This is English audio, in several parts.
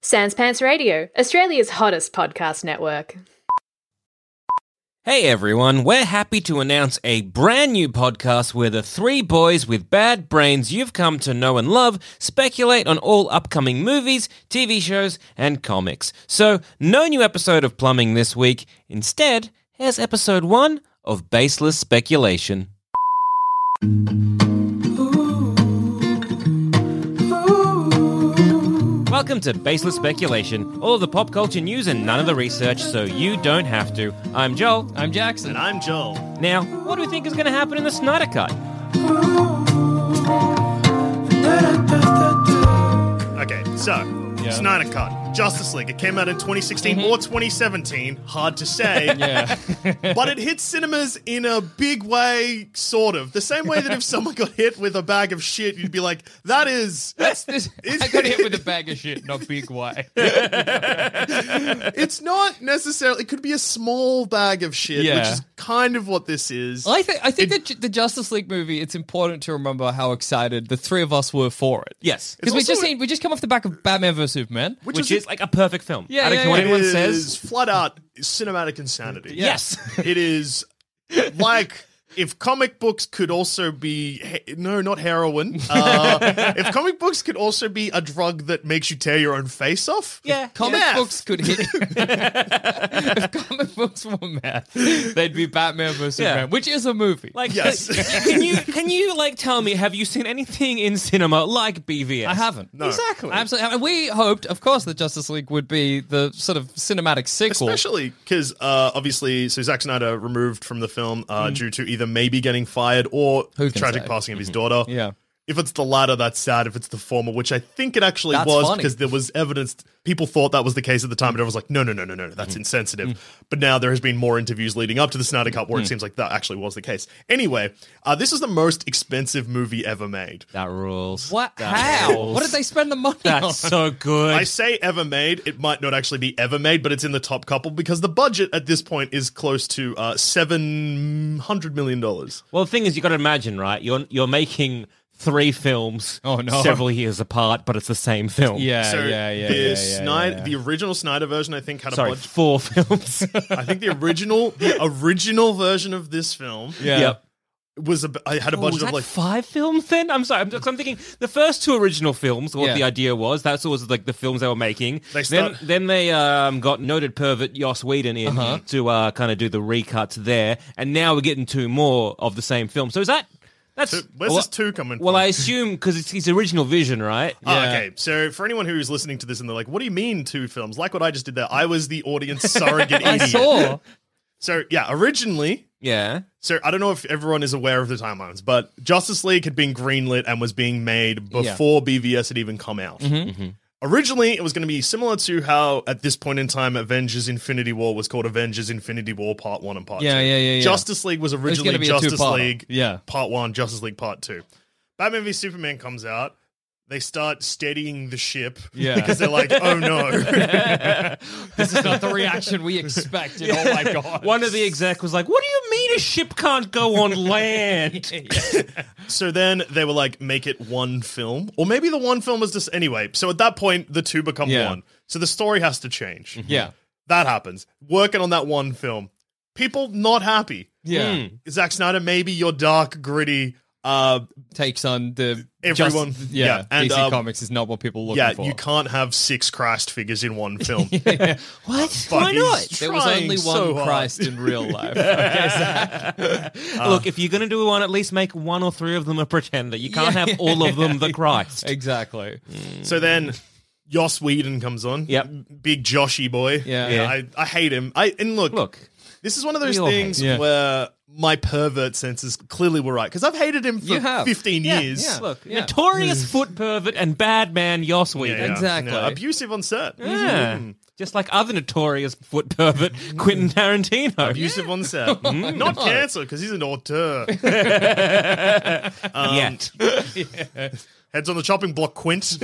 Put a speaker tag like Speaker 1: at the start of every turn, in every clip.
Speaker 1: Sans Pants Radio, Australia's hottest podcast network.
Speaker 2: Hey everyone, we're happy to announce a brand new podcast where the three boys with bad brains you've come to know and love speculate on all upcoming movies, TV shows, and comics. So, no new episode of Plumbing this week. Instead, here's episode one of Baseless Speculation. Welcome to Baseless Speculation, all of the pop culture news and none of the research, so you don't have to. I'm Joel.
Speaker 3: I'm Jackson.
Speaker 4: And I'm Joel.
Speaker 2: Now, what do we think is going to happen in the Snyder Cut?
Speaker 4: Okay, so Snyder Cut, Justice League. It came out in 2016 or 2017. Hard to say.
Speaker 3: Mm-hmm. Yeah.
Speaker 4: But it hit cinemas in a big way, sort of. The same way that if someone got hit with a bag of shit, you'd be like, that is.
Speaker 3: That's this. I got hit with a bag of shit, not big way.
Speaker 4: It's not necessarily. It could be a small bag of shit, which
Speaker 3: Yeah.
Speaker 4: is kind of what this is.
Speaker 3: I think I think that ju- the Justice League movie. It's important to remember how excited the three of us were for it.
Speaker 2: Yes.
Speaker 3: because we
Speaker 4: also-
Speaker 3: just seen, we just come off the back of Batman vs Superman.
Speaker 2: Which, is, like a perfect film.
Speaker 3: Yeah,
Speaker 2: I don't
Speaker 3: yeah,
Speaker 2: care what
Speaker 3: yeah.
Speaker 2: anyone
Speaker 4: It
Speaker 2: says.
Speaker 4: is flat out cinematic insanity.
Speaker 2: Yes.
Speaker 4: It is like if comic books could also be he- no, not heroin. Uh, if comic books could also be a drug that makes you tear your own face off.
Speaker 2: Yeah.
Speaker 3: Comic
Speaker 4: Meth.
Speaker 3: books could hit. if comic books were math, they'd be Batman vs
Speaker 2: Yeah.
Speaker 3: Superman, which is a movie.
Speaker 2: Like,
Speaker 4: Yes.
Speaker 2: can you can you like tell me? Have you seen anything in cinema like BVS?
Speaker 3: I haven't. No.
Speaker 4: Exactly.
Speaker 3: Absolutely. And we hoped, of course, that Justice League would be the sort of cinematic sequel.
Speaker 4: Especially because uh, obviously, so Zack Snyder removed from the film uh, due to either maybe getting fired or
Speaker 3: Mm. Who can
Speaker 4: tragic
Speaker 3: say? Mm-hmm.
Speaker 4: passing of his daughter.
Speaker 3: Yeah.
Speaker 4: If it's the latter, that's sad. If it's the former, which I think it actually
Speaker 3: That's
Speaker 4: was,
Speaker 3: funny.
Speaker 4: because there was evidence people thought that was the case at the time, and everyone was like, "No, no, no, no, no, that's
Speaker 3: Mm-hmm. Mm.
Speaker 4: insensitive." But now there has been more interviews leading up to the Snyder Cut where it seems like that actually was the case. Anyway, uh, this is the most expensive movie ever made.
Speaker 2: That rules.
Speaker 3: What?
Speaker 2: That
Speaker 3: How?
Speaker 2: rules.
Speaker 3: What did they spend the money on?
Speaker 2: That's so good.
Speaker 4: I say ever made, it might not actually be ever made, but it's in the top couple because the budget at this point is close to uh, seven hundred million dollars.
Speaker 2: Well, the thing is, you got to imagine, right? You're you're making three films,
Speaker 3: Oh, no.
Speaker 2: several years apart, but it's the same film.
Speaker 3: Yeah,
Speaker 4: so
Speaker 3: Uh, yeah, yeah,
Speaker 4: the
Speaker 3: yeah, yeah,
Speaker 4: Snyder,
Speaker 3: yeah.
Speaker 4: the original Snyder version, I think had
Speaker 2: sorry,
Speaker 4: a budget.
Speaker 2: four films.
Speaker 4: I think the original, the original version of this film
Speaker 3: Yeah.
Speaker 2: Yep.
Speaker 4: was a, I had a
Speaker 2: Oh,
Speaker 4: budget
Speaker 2: was
Speaker 4: of
Speaker 2: that
Speaker 4: like
Speaker 2: five films. Then I'm sorry, I'm, just, I'm thinking the first two original films. What
Speaker 3: Yeah.
Speaker 2: the idea was that's always like the films they were making.
Speaker 4: They
Speaker 2: then
Speaker 4: start-
Speaker 2: then they um, got noted pervert Joss Whedon in to uh, kind of do the recuts there, and now we're getting two more of the same film. So is that that's
Speaker 4: Two- where's
Speaker 2: well,
Speaker 4: this two coming
Speaker 2: Well,
Speaker 4: from?
Speaker 2: I assume because it's his original vision, right?
Speaker 4: Oh, okay, so for anyone who's listening to this and they're like, "What do you mean two films?" Like what I just did there, I was the audience surrogate
Speaker 3: I
Speaker 4: idiot.
Speaker 3: saw.
Speaker 4: So yeah, originally
Speaker 2: Yeah.
Speaker 4: So I don't know if everyone is aware of the timelines, but Justice League had been greenlit and was being made before BVS had even come out.
Speaker 3: Mm-hmm.
Speaker 4: Originally, it was going to be similar to how at this point in time, Avengers Infinity War was called Avengers Infinity War Part 1 and Part 2.
Speaker 3: Yeah, yeah, yeah, yeah.
Speaker 4: Justice League was
Speaker 3: It's
Speaker 4: originally
Speaker 3: going to be a
Speaker 4: Justice
Speaker 3: two-parter.
Speaker 4: League
Speaker 3: Yeah.
Speaker 4: Part 1, Justice League Part 2. Batman v Superman comes out. They start steadying the ship
Speaker 3: Yeah.
Speaker 4: because they're like, oh no.
Speaker 3: This is not the reaction we expected. Oh my god.
Speaker 2: One of the exec was like, "What do you mean a ship can't go on land?"
Speaker 4: So then they were like, make it one film, or maybe the one film was just anyway. So at that point, the two become
Speaker 3: Yeah.
Speaker 4: one. So the story has to change.
Speaker 3: Yeah.
Speaker 4: That happens. Working on that one film, people not happy.
Speaker 3: Yeah.
Speaker 4: Hmm. Zack Snyder, maybe you're dark, gritty. Uh,
Speaker 2: takes on the
Speaker 4: Everyone-
Speaker 2: just- yeah,
Speaker 4: yeah, and,
Speaker 2: DC
Speaker 4: um,
Speaker 2: Comics is not what people look
Speaker 4: yeah,
Speaker 2: for.
Speaker 4: you can't have six Christ figures in one film.
Speaker 3: What?
Speaker 4: But
Speaker 3: Why
Speaker 4: he's
Speaker 3: not?
Speaker 2: There was
Speaker 4: trying
Speaker 2: only one
Speaker 4: so hard.
Speaker 2: Christ in real life. Okay, Zach.
Speaker 3: Look, if you're going to do one, at least make one or three of them a pretender. You can't have all of them the Christ.
Speaker 2: exactly.
Speaker 4: So then Joss Whedon comes on.
Speaker 3: Yep.
Speaker 4: Big Joshy boy.
Speaker 2: Yeah.
Speaker 3: Yeah.
Speaker 4: I, I hate him. I and look,
Speaker 3: Look,
Speaker 4: this is one of those
Speaker 3: we all hate
Speaker 4: things
Speaker 2: him. Yeah.
Speaker 4: where my pervert senses clearly were right. Because I've hated him for
Speaker 2: You have.
Speaker 4: fifteen
Speaker 3: yeah,
Speaker 4: years.
Speaker 3: yeah, look,
Speaker 2: Yeah.
Speaker 3: notorious foot pervert and bad man Yoss Whedon.
Speaker 4: Yeah,
Speaker 2: Exactly.
Speaker 4: yeah. Abusive on set. Mm-hmm.
Speaker 3: Yeah. Just like other notorious foot pervert, Quentin Tarantino.
Speaker 4: Abusive on set.
Speaker 3: Mm.
Speaker 4: Not cancer, because he's an auteur.
Speaker 3: Yet.
Speaker 4: Heads on the chopping block, Quint.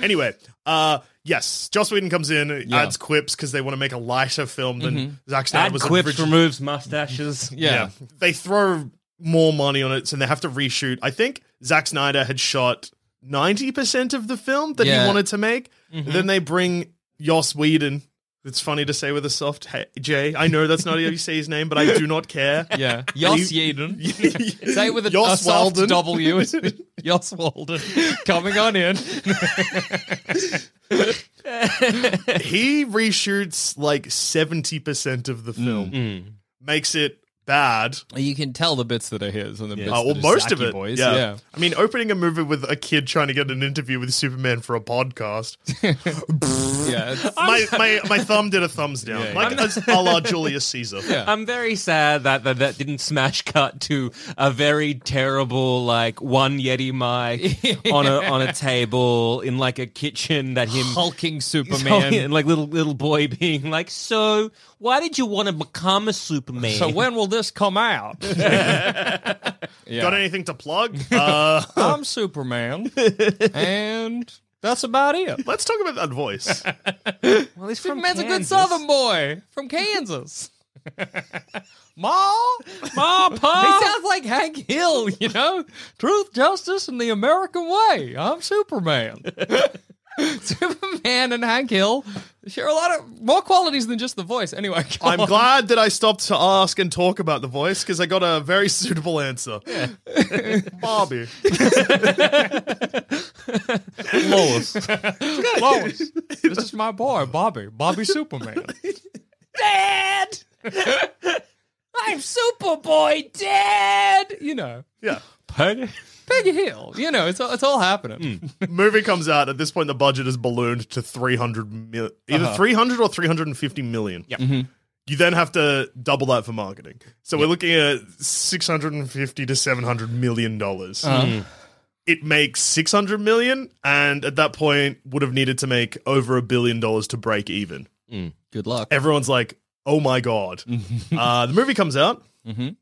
Speaker 4: anyway, uh, yes, Joss Whedon comes in, adds quips because they want to make a lighter film than Zack Snyder
Speaker 3: Mm-hmm. Add
Speaker 4: was
Speaker 3: quips,
Speaker 4: originally.
Speaker 3: removes mustaches.
Speaker 2: Yeah.
Speaker 4: They throw more money on it, so they have to reshoot. I think Zack Snyder had shot 90% of the film that
Speaker 2: Yeah. Mm-hmm.
Speaker 4: he wanted to make. Then they bring Joss Whedon. It's funny to say with a soft hey, J. I know that's not how you say his name, but I do not care.
Speaker 2: Yeah. Yoss
Speaker 4: you-
Speaker 2: Yeadon. Say it with a, a
Speaker 4: Yoss
Speaker 2: soft
Speaker 4: Walden.
Speaker 2: W. Yoss Walden. Coming on in.
Speaker 4: he reshoots like 70% of the film,
Speaker 2: Mm-hmm.
Speaker 4: makes it bad.
Speaker 2: You can tell the bits that are his and the bits
Speaker 4: Uh,
Speaker 2: that
Speaker 4: well,
Speaker 2: are
Speaker 4: most of
Speaker 2: Zaki
Speaker 4: it.
Speaker 2: Boys.
Speaker 4: yeah.
Speaker 2: yeah.
Speaker 4: I mean, opening a movie with a kid trying to get an interview with Superman for a podcast.
Speaker 2: Yeah, it's-
Speaker 4: my, my my thumb did a thumbs down,
Speaker 2: yeah.
Speaker 4: like as a la Julius Caesar.
Speaker 2: Yeah.
Speaker 3: I'm very sad that, that that didn't smash cut to a very terrible like one Yeti mic on a on a table in like a kitchen that him
Speaker 2: hulking
Speaker 3: he's
Speaker 2: Superman.
Speaker 3: holding, and, like little little boy being like, so why did you want to become a Superman?
Speaker 2: So when will this come out? yeah.
Speaker 4: Got anything to plug? Uh,
Speaker 2: I'm Superman, and that's about it.
Speaker 4: let's talk about that voice.
Speaker 3: well, he's from
Speaker 2: Superman's a good
Speaker 3: Kansas.
Speaker 2: Southern boy from Kansas. Ma,
Speaker 3: Ma, Pa.
Speaker 2: he sounds like Hank Hill, you know. Truth, justice, and the American way. I'm Superman. Superman and Hank Hill share a lot of more qualities than just the voice. Anyway, go
Speaker 4: I'm
Speaker 2: on.
Speaker 4: glad that I stopped to ask and talk about the voice because I got a very suitable answer. Barbie.
Speaker 2: Lois. Lois. This is my boy, Bobby. Bobby Superman. Dad! I'm Superboy, Dad! You know,
Speaker 4: Yeah.
Speaker 3: Pardon?
Speaker 2: Peggy Hill. You know, it's all, it's all happening.
Speaker 3: Hmm.
Speaker 4: Movie comes out. At this point, the budget is ballooned to 300 mil- either 300 or 350 million. Yeah. You then have to double that for marketing. So we're looking at 650 to 700 million dollars. It makes 600 million and at that point would have needed to make over a billion dollars to break even.
Speaker 2: Good luck.
Speaker 4: Everyone's like, "Oh my god." uh, the movie comes out.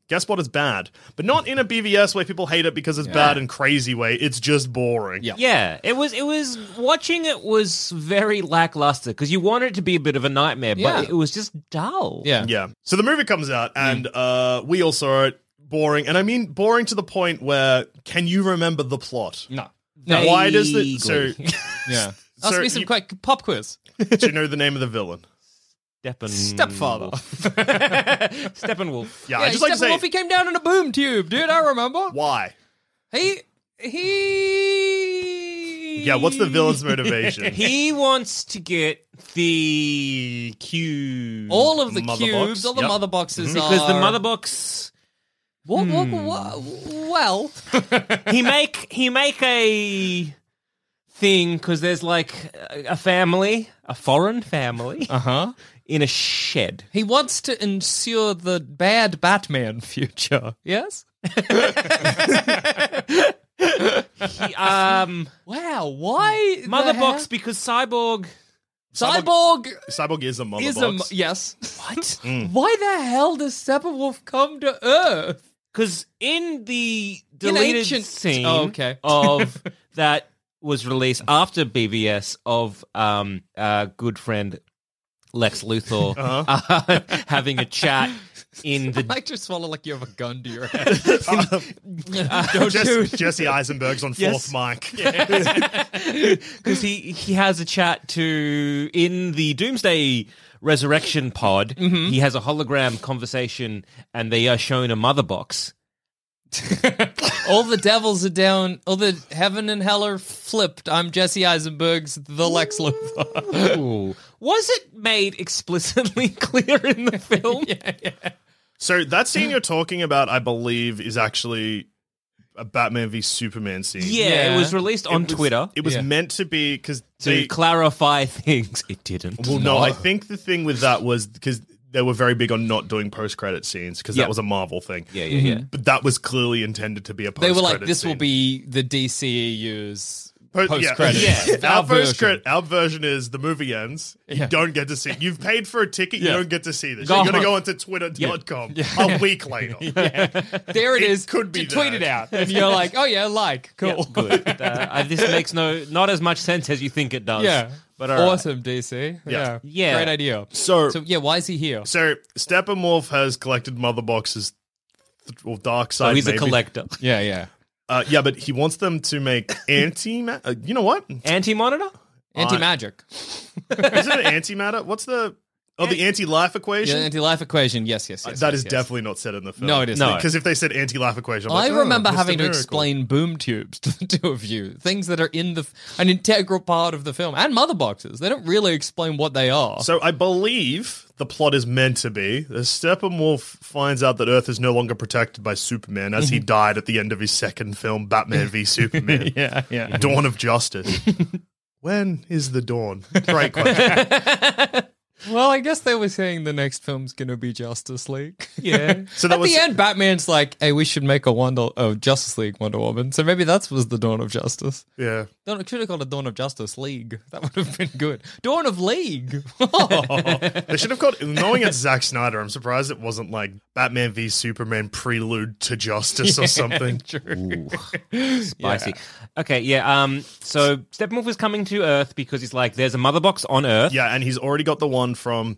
Speaker 4: Guess what? It's bad, but not in a BVS way people hate it because it's bad and crazy way. It's just boring.
Speaker 2: Yeah.
Speaker 3: Yeah, it was. It was watching. It was very lackluster because you want it to be a bit of a nightmare,
Speaker 2: Yeah.
Speaker 3: but it was just dull.
Speaker 2: Yeah.
Speaker 4: Yeah. So the movie comes out, and uh, we all saw it. Boring, and I mean boring to the point where can you remember the plot?
Speaker 2: No.
Speaker 4: Now,
Speaker 2: No.
Speaker 4: Why does the so?
Speaker 2: Yeah. Ask
Speaker 4: Sir,
Speaker 2: me some
Speaker 4: you-
Speaker 2: quick pop quiz.
Speaker 4: do you know the name of the villain?
Speaker 3: Steppen-
Speaker 2: Stepfather.
Speaker 3: Steppenwolf.
Speaker 4: Yeah,
Speaker 2: yeah,
Speaker 4: I just like to say
Speaker 2: Steppenwolf, he came down in a boom tube, dude. I remember.
Speaker 4: why.
Speaker 2: He. He.
Speaker 4: Yeah, what's the villain's motivation?
Speaker 3: He wants to get the cube Mhm.
Speaker 2: All of the
Speaker 4: Mother
Speaker 2: cubes,
Speaker 4: box,
Speaker 2: all the
Speaker 4: yep. Mm-hmm.
Speaker 2: mother boxes
Speaker 3: because
Speaker 2: are.
Speaker 3: the mother box.
Speaker 2: What, what,
Speaker 4: Hmm.
Speaker 2: what, well,
Speaker 3: He make he make a thing because there's like a a family, a foreign family,
Speaker 2: uh huh.
Speaker 4: Uh-huh.
Speaker 3: in a shed.
Speaker 2: He wants to ensure the bad Batman future. Yes.
Speaker 3: He- um,
Speaker 2: Wow. Why the
Speaker 3: mother
Speaker 2: hell-
Speaker 3: box because cyborg.
Speaker 2: cyborg
Speaker 4: Cyborg is a mother
Speaker 2: is a
Speaker 4: box. Mm.
Speaker 2: m- yes. What? Why the hell does Steppenwolf come to Earth?
Speaker 3: Because in the
Speaker 2: In
Speaker 3: deleted
Speaker 2: ancient-
Speaker 3: scene
Speaker 2: Oh, okay.
Speaker 3: of that was released after BVS of um, uh, good friend Lex Luthor uh,
Speaker 4: Uh-huh.
Speaker 3: having a chat in the
Speaker 2: I just swallow like you have a gun to your head.
Speaker 4: Jesse, Jesse Eisenberg's on
Speaker 3: Yes.
Speaker 4: fourth mic.
Speaker 3: because he he has a chat to in the Doomsday Resurrection
Speaker 2: Mm-hmm.
Speaker 3: pod. He has a hologram conversation, and they are shown a mother box.
Speaker 2: all the devils are down. All the heaven and hell are flipped. I'm Jesse Eisenberg's the Lex Luthor.
Speaker 3: Ooh. Was it made explicitly clear in the film?
Speaker 4: So that scene you're talking about, I believe, is actually a Batman v Superman scene.
Speaker 3: Yeah,
Speaker 2: Yeah.
Speaker 3: it was released on
Speaker 4: It was-
Speaker 3: Twitter
Speaker 4: It was
Speaker 2: Yeah.
Speaker 4: meant to be because
Speaker 3: to
Speaker 4: they.
Speaker 3: clarify things. It didn't.
Speaker 4: well, no, I think the thing with that was because they were very big on not doing post credit scenes because
Speaker 3: Yeah.
Speaker 4: that was a Marvel thing.
Speaker 3: Yeah, yeah, yeah.
Speaker 4: But that was clearly intended to be a post
Speaker 2: they were like, this will be the E DCEU's
Speaker 4: Po-
Speaker 2: post credit.
Speaker 4: Yeah.
Speaker 2: Our
Speaker 4: Our, post
Speaker 2: version.
Speaker 4: credit, our version is the movie ends.
Speaker 2: Yeah.
Speaker 4: You don't get to see. You've paid for a ticket.
Speaker 2: Yeah.
Speaker 4: You don't get to see this.
Speaker 3: Go
Speaker 4: You're gonna
Speaker 3: on.
Speaker 4: go onto Twitter.com a week later.
Speaker 2: There it
Speaker 4: It
Speaker 2: is.
Speaker 4: could be
Speaker 2: T- tweet it
Speaker 4: that.
Speaker 2: out, and you're like, oh yeah, like cool.
Speaker 3: Good. Uh, I- this makes no not as much sense as you think it does.
Speaker 2: Yeah,
Speaker 3: but all right.
Speaker 2: awesome DC. Yeah. yeah,
Speaker 3: Yeah.
Speaker 2: great idea.
Speaker 4: So-
Speaker 2: so yeah, why is he here?
Speaker 4: So Steppenwolf has collected mother boxes th- or dark side.
Speaker 3: So Oh, he's a
Speaker 4: maybe.
Speaker 3: collector.
Speaker 2: Yeah, yeah.
Speaker 4: Uh, yeah, but he wants them to make anti. Uh, you know what?
Speaker 3: Anti monitor?
Speaker 2: Anti magic.
Speaker 4: Isn't it antimatter? What's the oh the anti-life
Speaker 2: Yeah,
Speaker 4: equation?
Speaker 2: anti life equation. Yes, yes,
Speaker 4: Uh,
Speaker 2: yes.
Speaker 4: that
Speaker 2: yes,
Speaker 4: is
Speaker 2: yes.
Speaker 4: definitely not said in the film.
Speaker 2: No, it isn't.
Speaker 3: No.
Speaker 4: Because if they said anti-life equation, I'm
Speaker 2: I
Speaker 4: like, oh,
Speaker 2: remember
Speaker 4: Mr.
Speaker 2: having to
Speaker 4: Miracle.
Speaker 2: explain boom tubes to the two of you, things that are in the f- an integral part of the film and mother boxes. They don't really explain what they are.
Speaker 4: So I believe the plot is meant to be that Steppenwolf finds out that Earth is no longer protected by Superman as he died at the end of his second film, Batman v Superman.
Speaker 2: Mhm. yeah, yeah.
Speaker 4: Dawn of Justice. when is the dawn? Great question.
Speaker 2: Well, I guess they were saying the next film's gonna be Justice League.
Speaker 3: Yeah.
Speaker 4: So that
Speaker 2: At
Speaker 4: was
Speaker 2: the end, Batman's like, "Hey, we should make a Wonder oh, Justice League Wonder Woman." So maybe that was the dawn of justice.
Speaker 4: yeah.
Speaker 2: Dawn, it should have called it Dawn of Justice League. That would have been good. Dawn of League.
Speaker 4: They should have called. Knowing it's Zack Snyder, I'm surprised it wasn't like Batman v Superman prelude to justice or something.
Speaker 3: Spicy. Okay, yeah. Um so Steppenwolf is coming to Earth because he's like, there's a mother box on Earth.
Speaker 4: Yeah, and he's already got the one from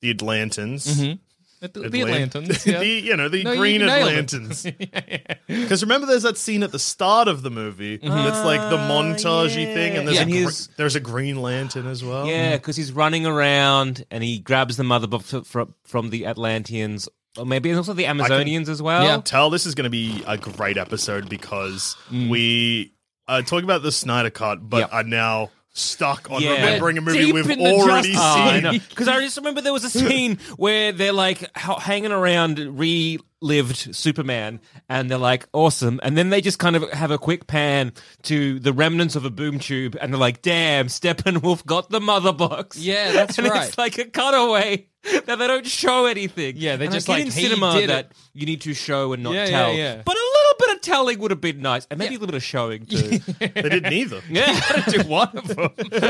Speaker 4: the Atlantans.
Speaker 2: Mm-hmm. the
Speaker 4: Atlan-
Speaker 2: Atlantans. Yeah.
Speaker 4: the, you know, the
Speaker 2: No, you
Speaker 4: green
Speaker 2: nailed it.
Speaker 4: Atlantans. Because remember, there's that scene at the start of the movie
Speaker 2: Mm-hmm.
Speaker 4: that's like the montage thing, and there's, a
Speaker 3: Yeah, Mm. and
Speaker 4: gre-
Speaker 3: he's-
Speaker 4: there's a green lantern as well.
Speaker 3: Yeah,
Speaker 2: Mm-hmm.
Speaker 3: because he's running around and he grabs the mother box from, from the Atlanteans, or maybe and also the Amazonians as well.
Speaker 2: Yeah.
Speaker 4: Tell this is going to be a great episode because
Speaker 2: Mm.
Speaker 4: we are talking about the Snyder Cut, but
Speaker 3: Yep.
Speaker 4: are now stuck on
Speaker 3: Yeah.
Speaker 4: remembering a
Speaker 2: We're
Speaker 4: movie
Speaker 2: deep
Speaker 4: we've
Speaker 2: in the Oh,
Speaker 4: already
Speaker 2: Justice
Speaker 4: seen.
Speaker 2: League.
Speaker 3: Because I just remember there was a scene where they're like h- hanging around relived Superman, and they're like, awesome. And then they just kind of have a quick pan to the remnants of a boom tube, and they're like, damn, Steppenwolf got the mother box.
Speaker 2: Yeah, that's
Speaker 3: and
Speaker 2: right.
Speaker 3: It's like a cutaway. That they don't show anything.
Speaker 2: Yeah, they
Speaker 3: And I
Speaker 2: just
Speaker 3: get
Speaker 2: like,
Speaker 3: in
Speaker 2: he
Speaker 3: cinema
Speaker 2: did it.
Speaker 3: that you need to show and not
Speaker 2: Yeah, yeah,
Speaker 3: tell.
Speaker 2: yeah.
Speaker 3: But a little bit of telling would have been nice, and maybe a little bit of showing too.
Speaker 4: They didn't either.
Speaker 3: Yeah, do one of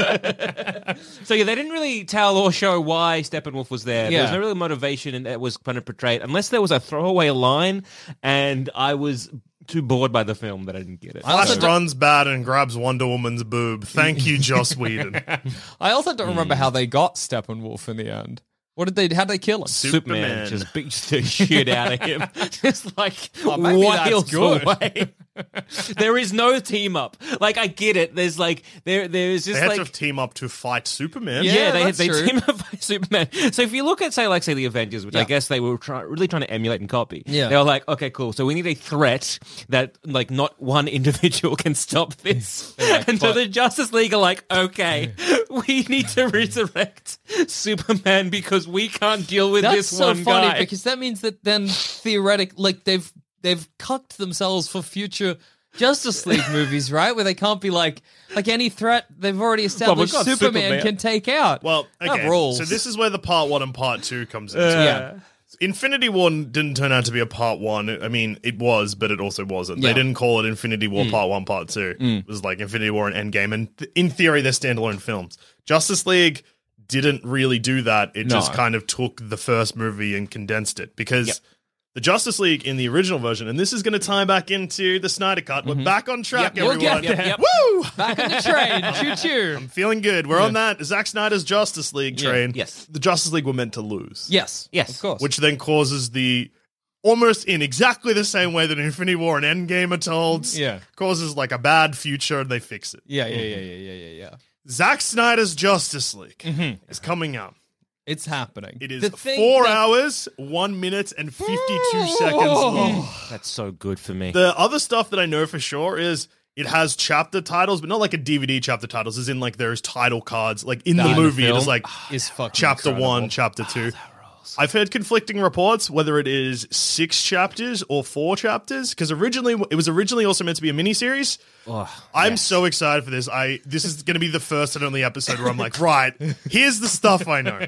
Speaker 3: them. so yeah, they didn't really tell or show why Steppenwolf was there. There was
Speaker 2: Yeah.
Speaker 3: no real motivation that was kind of portrayed, unless there was a throwaway line, and I was too bored by the film that I didn't get it.
Speaker 2: I also
Speaker 4: Flash runs bad and grabs Wonder Woman's boob. Thank you, Joss Whedon.
Speaker 2: I also don't
Speaker 4: Hmm.
Speaker 2: remember how they got Steppenwolf in the end. What did they? How they kill him?
Speaker 4: Superman.
Speaker 3: just beats the shit out of him, just like
Speaker 2: Oh, maybe that's
Speaker 3: wiles
Speaker 2: good.
Speaker 3: away. there is no team up. Like I get it. There's like there there is
Speaker 4: They
Speaker 3: just
Speaker 4: had
Speaker 3: like
Speaker 4: to team up to fight Superman.
Speaker 2: Yeah.
Speaker 3: Yeah, they
Speaker 2: that's
Speaker 3: they
Speaker 2: true.
Speaker 3: team up by Superman. So if you look at say like say the Avengers, which
Speaker 2: Yeah.
Speaker 3: I guess they were try- really trying to emulate and copy.
Speaker 2: Yeah.
Speaker 3: they were like, okay, cool. So we need a threat that like not one individual can stop this. and so
Speaker 2: "Fuck."
Speaker 3: the Justice League are like, okay, we need to resurrect Superman because we can't deal with
Speaker 2: That's
Speaker 3: this
Speaker 2: so
Speaker 3: one
Speaker 2: funny
Speaker 3: guy.
Speaker 2: because that means that then theoretic, like they've they've cucked themselves for future Justice League movies, right? Where they can't be like like any threat they've already established
Speaker 3: got
Speaker 2: Superman,
Speaker 3: Superman.
Speaker 2: can take out.
Speaker 4: Well, okay.
Speaker 2: that rules.
Speaker 4: So this is where the part one and part two comes in. So
Speaker 2: yeah,
Speaker 4: Infinity War didn't turn out to be a part one. I mean, it was, but it also wasn't.
Speaker 2: Yeah. Mm.
Speaker 4: They didn't call it Infinity War Part One, Part Two. It was like Infinity War and Endgame, and th- in theory, they're standalone films. Justice League didn't really do that. It just
Speaker 2: No.
Speaker 4: kind of took the first movie and condensed it because. The Justice League in the original version, and this is going to tie back into the Snyder Cut. We're back on track,
Speaker 2: Mm-hmm. Yep, we'll
Speaker 4: everyone.
Speaker 2: get there. Yep.
Speaker 4: Woo!
Speaker 2: back on the train, choo choo.
Speaker 4: Feeling good. We're on that Zack Snyder's Justice League
Speaker 2: Yeah,
Speaker 4: train.
Speaker 3: yes.
Speaker 4: the Justice League were meant to lose
Speaker 2: Yes,
Speaker 3: Yes.
Speaker 2: of course.
Speaker 4: which then causes the almost in exactly the same way that Infinity War and Endgame are told.
Speaker 2: Yeah.
Speaker 4: Causes like a bad future and they fix it.
Speaker 2: yeah, yeah, yeah, yeah, yeah, yeah, yeah.
Speaker 4: Zack Snyder's Justice League is coming out.
Speaker 2: It's happening.
Speaker 4: It is
Speaker 2: Mm-hmm. The thing
Speaker 4: four
Speaker 2: that- Oh.
Speaker 4: hours, one minute, and 52 seconds long.
Speaker 3: That's so good for me.
Speaker 4: The other stuff that I know for sure is it has chapter titles, but not like a DVD chapter titles, as in like there's title cards. Like in
Speaker 2: That
Speaker 4: the movie, it
Speaker 2: film Ah.
Speaker 4: is like
Speaker 2: is fucking
Speaker 4: chapter
Speaker 2: incredible. Oh,
Speaker 4: one, chapter two. I've heard conflicting reports whether it is six chapters or four chapters because originally it was originally also meant to be a miniseries. I'm so excited for this. I this is going to be the first and only episode where I'm like, right, here's the stuff I know.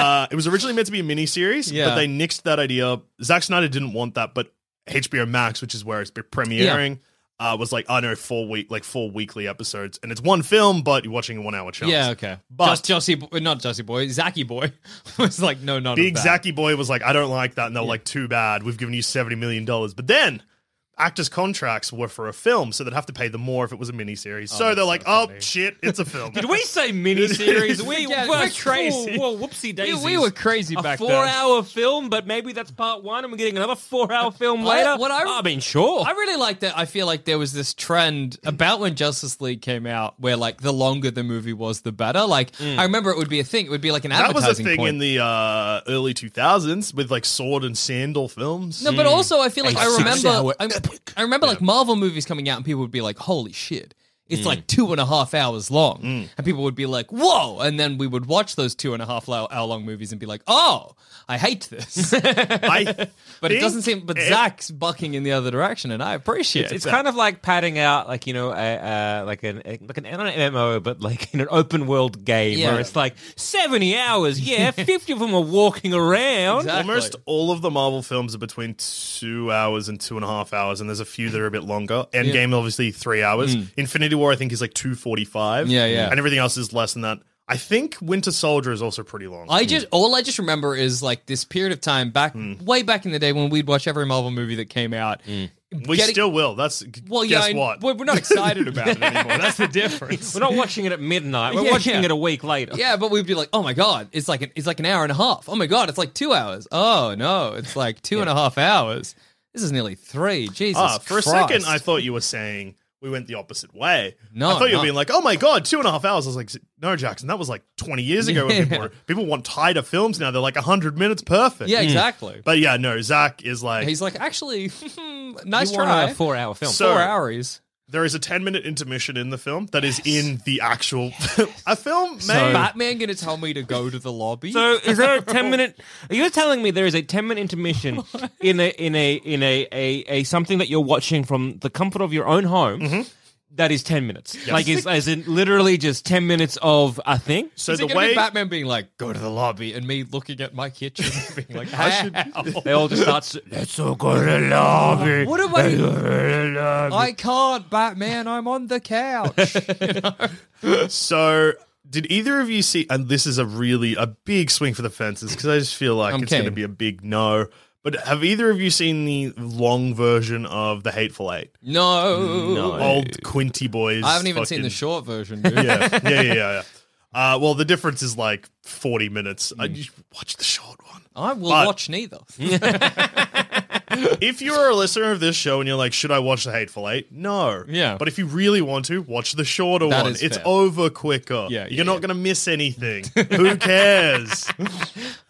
Speaker 4: uh, it was originally meant to be a miniseries,
Speaker 2: Yeah.
Speaker 4: but they nixed that idea. Zack Snyder didn't want that, but HBO Max, which is where it's been premiering. Uh, was like I know four week like four weekly episodes, and it's one film, but you're watching a one hour chunks.
Speaker 2: Yeah, okay.
Speaker 4: But-
Speaker 2: Just Jossie, Bo- not Jossie Boy, Zacky Boy was like, no, not
Speaker 4: Big
Speaker 2: that.
Speaker 4: Zacky boy was like, I don't like that. And they're like, too bad. We've given you $70 million. But then actors' contracts were for a film, so they'd have to pay them more if it was a miniseries. so they're like, oh, shit, it's a film.
Speaker 3: Did we say miniseries? We
Speaker 2: Yeah,
Speaker 3: were
Speaker 2: we're
Speaker 3: crazy.
Speaker 2: crazy.
Speaker 3: Whoa, whoopsie
Speaker 2: We,
Speaker 3: daisies.
Speaker 2: we were crazy
Speaker 3: a
Speaker 2: back then.
Speaker 3: four-hour film, but maybe that's part one, and we're getting another four-hour film
Speaker 2: I-
Speaker 3: later. Ah,
Speaker 2: what I-
Speaker 3: I mean, sure.
Speaker 2: I really like that. I feel like there was this trend about when Justice League came out, where like the longer the movie was, the better. Like I remember it would be a thing. It would be like an
Speaker 4: that was a
Speaker 2: advertising
Speaker 4: thing
Speaker 2: point.
Speaker 4: in the uh, early 2000s with like sword and sandal films.
Speaker 2: no, but also I feel like
Speaker 3: A
Speaker 2: I remember.
Speaker 3: six-hour
Speaker 2: I, I remember like Marvel movies coming out, and people would be like, "Holy shit!" It's like two and a half hours long, and people would be like, "Whoa!" And then we would watch those two and a half hour, hour long movies and be like, "Oh, I hate this."
Speaker 4: I
Speaker 2: But it
Speaker 4: think
Speaker 2: doesn't seem. But
Speaker 4: it-
Speaker 2: Zach's bucking in the other direction, and I appreciate
Speaker 3: it's
Speaker 2: it.
Speaker 3: kind of like padding out, like you know, a, uh, like an like an not an MMO, but like in an open world game
Speaker 2: Yeah.
Speaker 3: where it's like seventy hours. Yeah, fifty of them are walking around.
Speaker 2: Exactly.
Speaker 4: Almost all of the Marvel films are between two hours and two and a half hours, and there's a few that are a bit longer. Endgame, obviously, three hours. Infinity War, I think, is like two forty-five.
Speaker 2: Hmm. Yeah, yeah.
Speaker 4: And everything else is less than that. I think Winter Soldier is also pretty long.
Speaker 2: I just all I just remember is like this period of time back
Speaker 4: Hmm.
Speaker 2: way back in the day when we'd watch every Marvel movie that came out.
Speaker 4: we
Speaker 2: getting-
Speaker 4: still will. That's
Speaker 2: Well, yeah,
Speaker 4: Hmm. guess
Speaker 2: I-
Speaker 4: what?
Speaker 2: we're we're not excited about it anymore. That's the difference.
Speaker 3: We're not watching it at midnight. We're
Speaker 2: Yeah,
Speaker 3: watching
Speaker 2: yeah.
Speaker 3: it a week later.
Speaker 2: yeah, but we'd be like, oh my god, it's like an, it's like an hour and a half. Oh my god, it's like two hours. Oh no, it's like two and a half hours. This is nearly three. Jesus,
Speaker 4: ah, for a second, I
Speaker 2: Christ.
Speaker 4: thought you were saying we went the opposite way.
Speaker 2: No,
Speaker 4: I thought you
Speaker 2: no.
Speaker 4: were being like, "Oh my god, two and a half hours." I was like, "No, Jackson, that was like twenty years ago." When people, were, people want tighter films now. They're like hundred minutes, perfect.
Speaker 2: yeah, exactly.
Speaker 4: But yeah, no, Zach is like
Speaker 2: He's like, actually, nice
Speaker 3: you want
Speaker 2: try.
Speaker 3: a four-hour film.
Speaker 4: So-
Speaker 2: Four hours.
Speaker 4: There is a 10 minute intermission in the film that is in the actual a film made
Speaker 2: Batman gonna tell me to go to the lobby?
Speaker 3: So is there a ten minute? Are you telling me there is a ten minute intermission in a in a in a, a a something that you're watching from the comfort of your own home? that is ten minutes. Like is as in literally just ten minutes of a thing.
Speaker 4: so
Speaker 2: Is
Speaker 4: the
Speaker 2: it gonna
Speaker 4: way
Speaker 2: be Batman being like, "Go to the lobby," and me looking at my kitchen, and being like,
Speaker 4: I should-
Speaker 3: They all just start. s- Let's all go to the lobby.
Speaker 2: "What am I? I can't, Batman. I'm on the couch."
Speaker 4: so did either of you see and this is a really a big swing for the fences because I just feel like it's
Speaker 2: Okay.
Speaker 4: going to be a big no but have either of you seen the long version of The Hateful Eight?
Speaker 2: no,
Speaker 4: Old Quinty Boys.
Speaker 2: I haven't even seen the
Speaker 4: fucking-
Speaker 2: short version. Dude.
Speaker 4: Yeah, yeah, yeah, yeah. yeah. Uh, well, the difference is like 40 minutes.
Speaker 2: Hmm.
Speaker 4: I just watch the short one.
Speaker 2: I will
Speaker 4: But-
Speaker 2: watch neither.
Speaker 4: if you're a listener of this show and you're like, should I watch The Hateful Eight? No.
Speaker 2: Yeah.
Speaker 4: But if you really want to, watch the shorter
Speaker 2: That
Speaker 4: one.
Speaker 2: is
Speaker 4: It's
Speaker 2: fair.
Speaker 4: over quicker.
Speaker 2: Yeah, yeah,
Speaker 4: you're not
Speaker 2: yeah.
Speaker 4: going to miss anything. Who cares?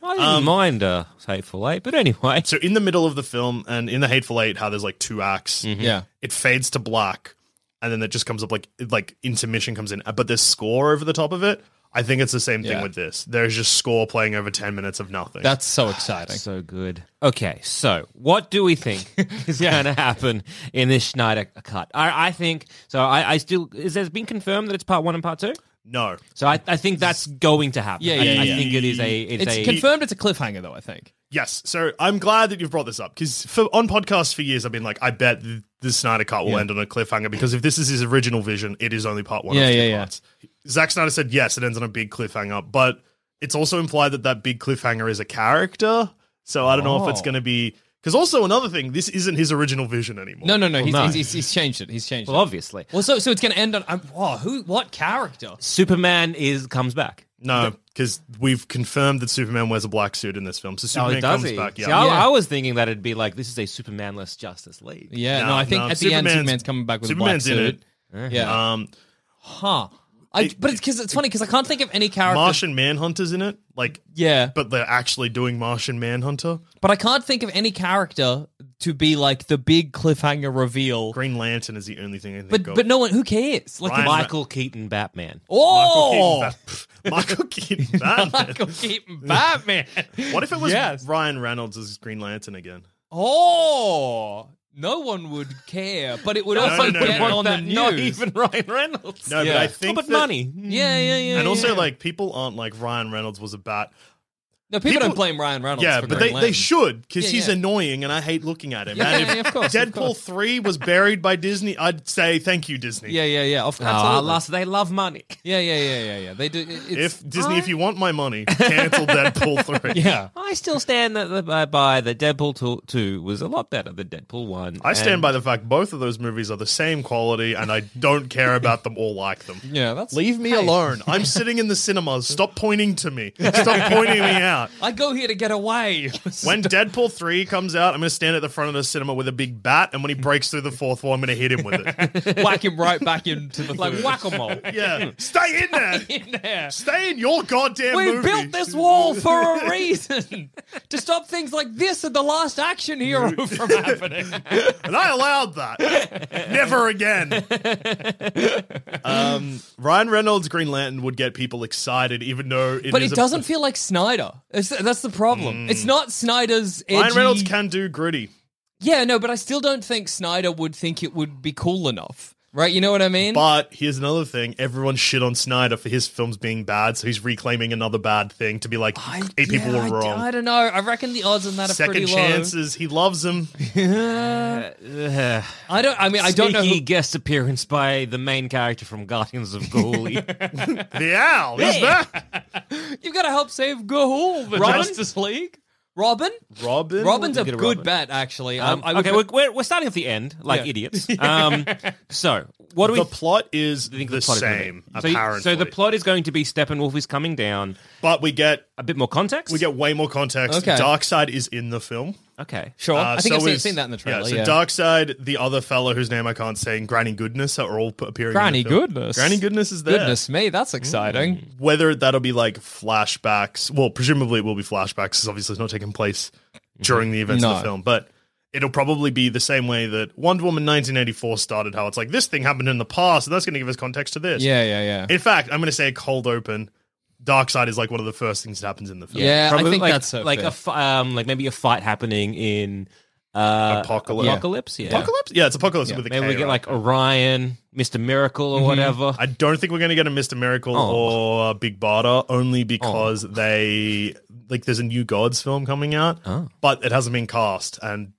Speaker 3: I didn't mind uh, Hateful Eight, but anyway.
Speaker 4: so, in the middle of the film and in The Hateful Eight, how there's like two acts,
Speaker 2: Yeah,
Speaker 4: it fades to black and then it just comes up like, like intermission comes in. But there's score over the top of it. I think it's the same thing
Speaker 2: Yeah.
Speaker 4: with this. There's just score playing over 10 minutes of nothing.
Speaker 2: that's so exciting.
Speaker 3: So good. Okay, so what do we think is going to happen in this Schneider cut? I, I think so. I, I still is there's been confirmed that it's part one and part two.
Speaker 4: no.
Speaker 3: So I, I think that's going to happen.
Speaker 2: Yeah,
Speaker 3: I,
Speaker 2: yeah,
Speaker 3: I
Speaker 2: yeah.
Speaker 3: think it is a it's,
Speaker 2: it's
Speaker 3: a
Speaker 2: confirmed. It's a cliffhanger, though. I think.
Speaker 4: Yes. So I'm glad that you've brought this up because on podcasts for years, I've been like, I bet th- the Snyder Cut will end on a cliffhanger because if this is his original vision, it is only part one.
Speaker 2: Yeah,
Speaker 4: of two
Speaker 2: yeah, yeah.
Speaker 4: parts. Zack Snyder said, yes, it ends on a big cliffhanger, but it's also implied that that big cliffhanger is a character. So I don't know
Speaker 2: Oh.
Speaker 4: if it's going to be. Because also, another thing, this isn't his original vision anymore.
Speaker 2: No, no, no. He's,
Speaker 3: no.
Speaker 2: He's, he's, he's changed it. He's changed
Speaker 3: well,
Speaker 2: it.
Speaker 3: obviously.
Speaker 2: Well, so so it's gonna end on. I'm, wow, who? What character?
Speaker 3: Superman is comes back.
Speaker 4: No, because we've confirmed that Superman wears a black suit in this film.
Speaker 2: Oh,
Speaker 4: So Superman comes back. Yeah.
Speaker 3: Oh, See, I,
Speaker 2: Yeah.
Speaker 3: I was thinking that it'd be like this is a Supermanless Justice League.
Speaker 2: Yeah, no,
Speaker 4: No,
Speaker 2: I think
Speaker 4: no,
Speaker 2: at the end,
Speaker 4: Superman's- Uh,
Speaker 2: Superman's coming back with
Speaker 4: Superman's
Speaker 2: a
Speaker 4: in
Speaker 2: black
Speaker 4: it.
Speaker 2: suit. Yeah,
Speaker 4: Um,
Speaker 2: huh? I, but it's because it's funny because I can't think of any character.
Speaker 4: Martian Manhunter's in it, like,
Speaker 2: Yeah,
Speaker 4: but they're actually doing Martian Manhunter.
Speaker 2: but I can't think of any character to be like the big cliffhanger reveal.
Speaker 4: Green Lantern is the only thing I think
Speaker 2: But
Speaker 4: of.
Speaker 2: but no one who cares. Like
Speaker 4: Ryan-
Speaker 2: Michael.
Speaker 4: Michael
Speaker 3: Keaton Batman.
Speaker 2: Oh,
Speaker 4: Michael Keaton Batman.
Speaker 2: Michael Keaton Batman.
Speaker 4: What if it was
Speaker 2: Yes.
Speaker 4: Ryan Reynolds as Green Lantern again?
Speaker 2: Oh, no one would care, but it would
Speaker 4: No,
Speaker 2: also
Speaker 4: no, no,
Speaker 2: get
Speaker 4: no.
Speaker 2: on the news.
Speaker 3: Not even Ryan Reynolds.
Speaker 4: No, but
Speaker 2: Yeah.
Speaker 4: I think
Speaker 3: but
Speaker 4: that-
Speaker 3: money.
Speaker 2: Yeah, yeah, yeah.
Speaker 4: And also,
Speaker 2: yeah.
Speaker 4: like people aren't like Ryan Reynolds was a bat.
Speaker 2: no, people,
Speaker 4: people-
Speaker 2: don't blame Ryan Reynolds.
Speaker 4: yeah,
Speaker 2: for
Speaker 4: but they,
Speaker 2: Green
Speaker 4: they
Speaker 2: Lantern.
Speaker 4: should because
Speaker 2: Yeah,
Speaker 4: he's
Speaker 2: yeah.
Speaker 4: annoying and I hate looking at him.
Speaker 2: Yeah,
Speaker 4: and
Speaker 2: yeah, yeah, of course, of
Speaker 4: Deadpool
Speaker 2: course.
Speaker 4: three was buried by Disney, I'd say thank you Disney.
Speaker 2: Yeah, yeah, yeah. Of course.
Speaker 3: Ah, last they love money.
Speaker 2: Yeah, yeah, yeah, yeah, yeah. They do. it- It's,
Speaker 4: If Disney, if you want my money, cancel Deadpool three.
Speaker 2: yeah.
Speaker 3: I still stand that the, by, by the Deadpool two, 2 was a lot better than Deadpool 1.
Speaker 4: I stand
Speaker 3: and-
Speaker 4: by the fact both of those movies are the same quality, and I don't care about them or like them.
Speaker 2: Yeah, that's
Speaker 4: Leave me
Speaker 2: hey,
Speaker 4: alone. I'm sitting in the cinemas. Stop pointing to me. Stop pointing me out.
Speaker 2: I go here to get away.
Speaker 4: When Deadpool 3 comes out, I'm going to stand at the front of the cinema with a big bat, and when he breaks through the fourth wall, I'm going to hit him with it.
Speaker 2: whack him right back into the like whack a mole.
Speaker 4: Yeah. Stay in there.
Speaker 2: In there.
Speaker 4: Stay in your goddamn
Speaker 2: We
Speaker 4: movie.
Speaker 2: built this wall for a reason to stop things like this and the last action hero from happening.
Speaker 4: And I allowed that. Never again. um, Ryan Reynolds' Green Lantern would get people excited, even though it
Speaker 2: But
Speaker 4: is
Speaker 2: it
Speaker 4: a- Mm.
Speaker 2: doesn't feel like Snyder. It's, that's the problem. It's not Snyder's. Edgy...
Speaker 4: Ryan Reynolds can do gritty.
Speaker 2: Yeah, no, but I still don't think Snyder would think it would be cool enough, right? You know what I mean?
Speaker 4: But here's another thing: everyone shit on Snyder for his films being bad, so he's reclaiming another bad thing to be like, eight
Speaker 2: Yeah,
Speaker 4: people were
Speaker 2: I d-
Speaker 4: wrong.
Speaker 2: I, don't know. I reckon the odds on that are
Speaker 4: Second
Speaker 2: pretty
Speaker 4: chances, he loves them.
Speaker 2: low. I don't. I mean, I don't know.
Speaker 3: uh, Sneaky
Speaker 2: Who,
Speaker 3: guest appearance by the main character from Guardians of Ghoulie.
Speaker 4: The owl is back.
Speaker 2: you've got to help save Gahul, the
Speaker 4: Robin?
Speaker 2: Justice League. Robin.
Speaker 4: Robin.
Speaker 2: Robin's a
Speaker 3: Get
Speaker 2: good
Speaker 3: a Robin.
Speaker 2: bet, actually. Um,
Speaker 3: Um,
Speaker 2: I would
Speaker 3: okay, we're, we're, we're starting at the end, like
Speaker 2: Yeah.
Speaker 3: idiots. Um, so, what do we
Speaker 4: the plot is the,
Speaker 3: think the, plot is gonna be?
Speaker 4: same,
Speaker 3: So you-
Speaker 4: apparently.
Speaker 3: So, the plot is going to be Steppenwolf is coming down.
Speaker 4: but we get
Speaker 3: A bit more context?
Speaker 4: we get way more context.
Speaker 2: Okay.
Speaker 4: Darkseid is in the film.
Speaker 3: Okay.
Speaker 2: sure.
Speaker 4: Uh,
Speaker 2: I think I've
Speaker 4: so
Speaker 2: seen,
Speaker 4: is-
Speaker 2: seen that in the trailer.
Speaker 4: so
Speaker 2: yeah.
Speaker 4: Darkseid, the other fellow whose name I can't say, and Granny Goodness are all p- appearing. in the
Speaker 2: Granny
Speaker 4: film.
Speaker 2: Goodness.
Speaker 4: Granny Goodness is there. Mm.
Speaker 2: Goodness me, that's exciting.
Speaker 4: Whether that'll be like flashbacks, well, presumably it will be flashbacks because obviously it's not taking place during the events of
Speaker 2: No.
Speaker 4: the film, but it'll probably be the same way that Wonder Woman 1984 started, how it's like this thing happened in the past, and that's going to give us context to this.
Speaker 2: Yeah, yeah, yeah.
Speaker 4: In fact, I'm going to say a cold open. Darkseid is like one of the first things that happens in the film.
Speaker 2: yeah, I
Speaker 3: Probably
Speaker 2: think
Speaker 3: like,
Speaker 2: that's so
Speaker 3: like
Speaker 2: fair.
Speaker 3: a fi- um, like maybe a fight happening in uh,
Speaker 4: Apocalypse.
Speaker 3: Apocalypse, yeah.
Speaker 4: Apocalypse? Yeah, it's Apocalypse with a
Speaker 3: Maybe
Speaker 4: K,
Speaker 3: we get
Speaker 4: right?
Speaker 3: like Orion, Mister Miracle, or
Speaker 2: Mm-hmm.
Speaker 3: whatever.
Speaker 4: I don't think we're going to get a Mr. Miracle
Speaker 3: Oh.
Speaker 4: or a Big Barter only because they like there's a new Gods film coming out,
Speaker 3: Oh.
Speaker 4: but it hasn't been cast, and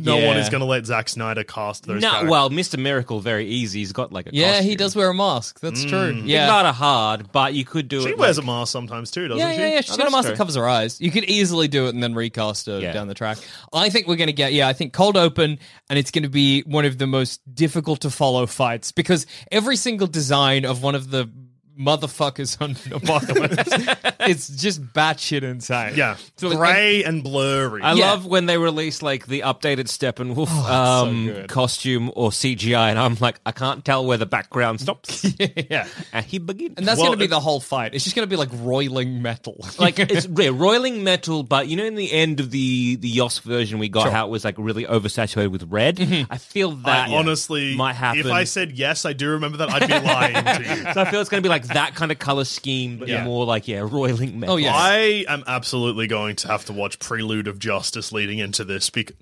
Speaker 4: no one
Speaker 2: Yeah.
Speaker 4: is going to let Zack Snyder cast those.
Speaker 3: no,
Speaker 4: characters.
Speaker 3: well, Mister Miracle very easy. He's got like a
Speaker 2: yeah, he
Speaker 3: costume.
Speaker 2: does wear a mask. That's true.
Speaker 3: It's
Speaker 2: Yeah.
Speaker 3: not a hard, but you could do
Speaker 4: she
Speaker 3: it.
Speaker 4: wears
Speaker 3: like,
Speaker 4: a mask sometimes too, doesn't
Speaker 2: Yeah,
Speaker 4: she?
Speaker 2: yeah, yeah. She's got a
Speaker 3: Oh, that's
Speaker 2: mask that
Speaker 3: true.
Speaker 2: covers her eyes. You could easily do it and then recast her
Speaker 3: Yeah.
Speaker 2: down the track. I think we're going to get, yeah, I think cold open, and it's going to be one of the most difficult to follow fights because every single design of one of the motherfuckers on Apocalypse, it's just batshit insane.
Speaker 4: Yeah,
Speaker 2: So, like,
Speaker 4: gray and blurry.
Speaker 3: I
Speaker 2: Yeah.
Speaker 3: love when they release like the updated Steppenwolf
Speaker 2: so
Speaker 3: um,
Speaker 2: good.
Speaker 3: costume or CGI, and I'm like, I can't tell where the background stops.
Speaker 2: yeah.
Speaker 3: and he uh, begins.
Speaker 2: And that's
Speaker 4: Well,
Speaker 2: going to be
Speaker 4: it-
Speaker 2: the whole fight. It's just going to be like roiling metal.
Speaker 3: like it's yeah, roiling metal, but you know, in the end of the the Yoss version, we got how it was like really oversaturated with red. I feel that
Speaker 4: I honestly,
Speaker 3: might happen.
Speaker 4: if I said yes, I do remember that, I'd be lying to you.
Speaker 3: so I feel it's going to be like that kind of color scheme, but
Speaker 4: Yeah.
Speaker 3: more like yeah, roiling metal.
Speaker 2: Oh, yeah.
Speaker 4: I am absolutely going to have to watch Prelude of Justice leading into this because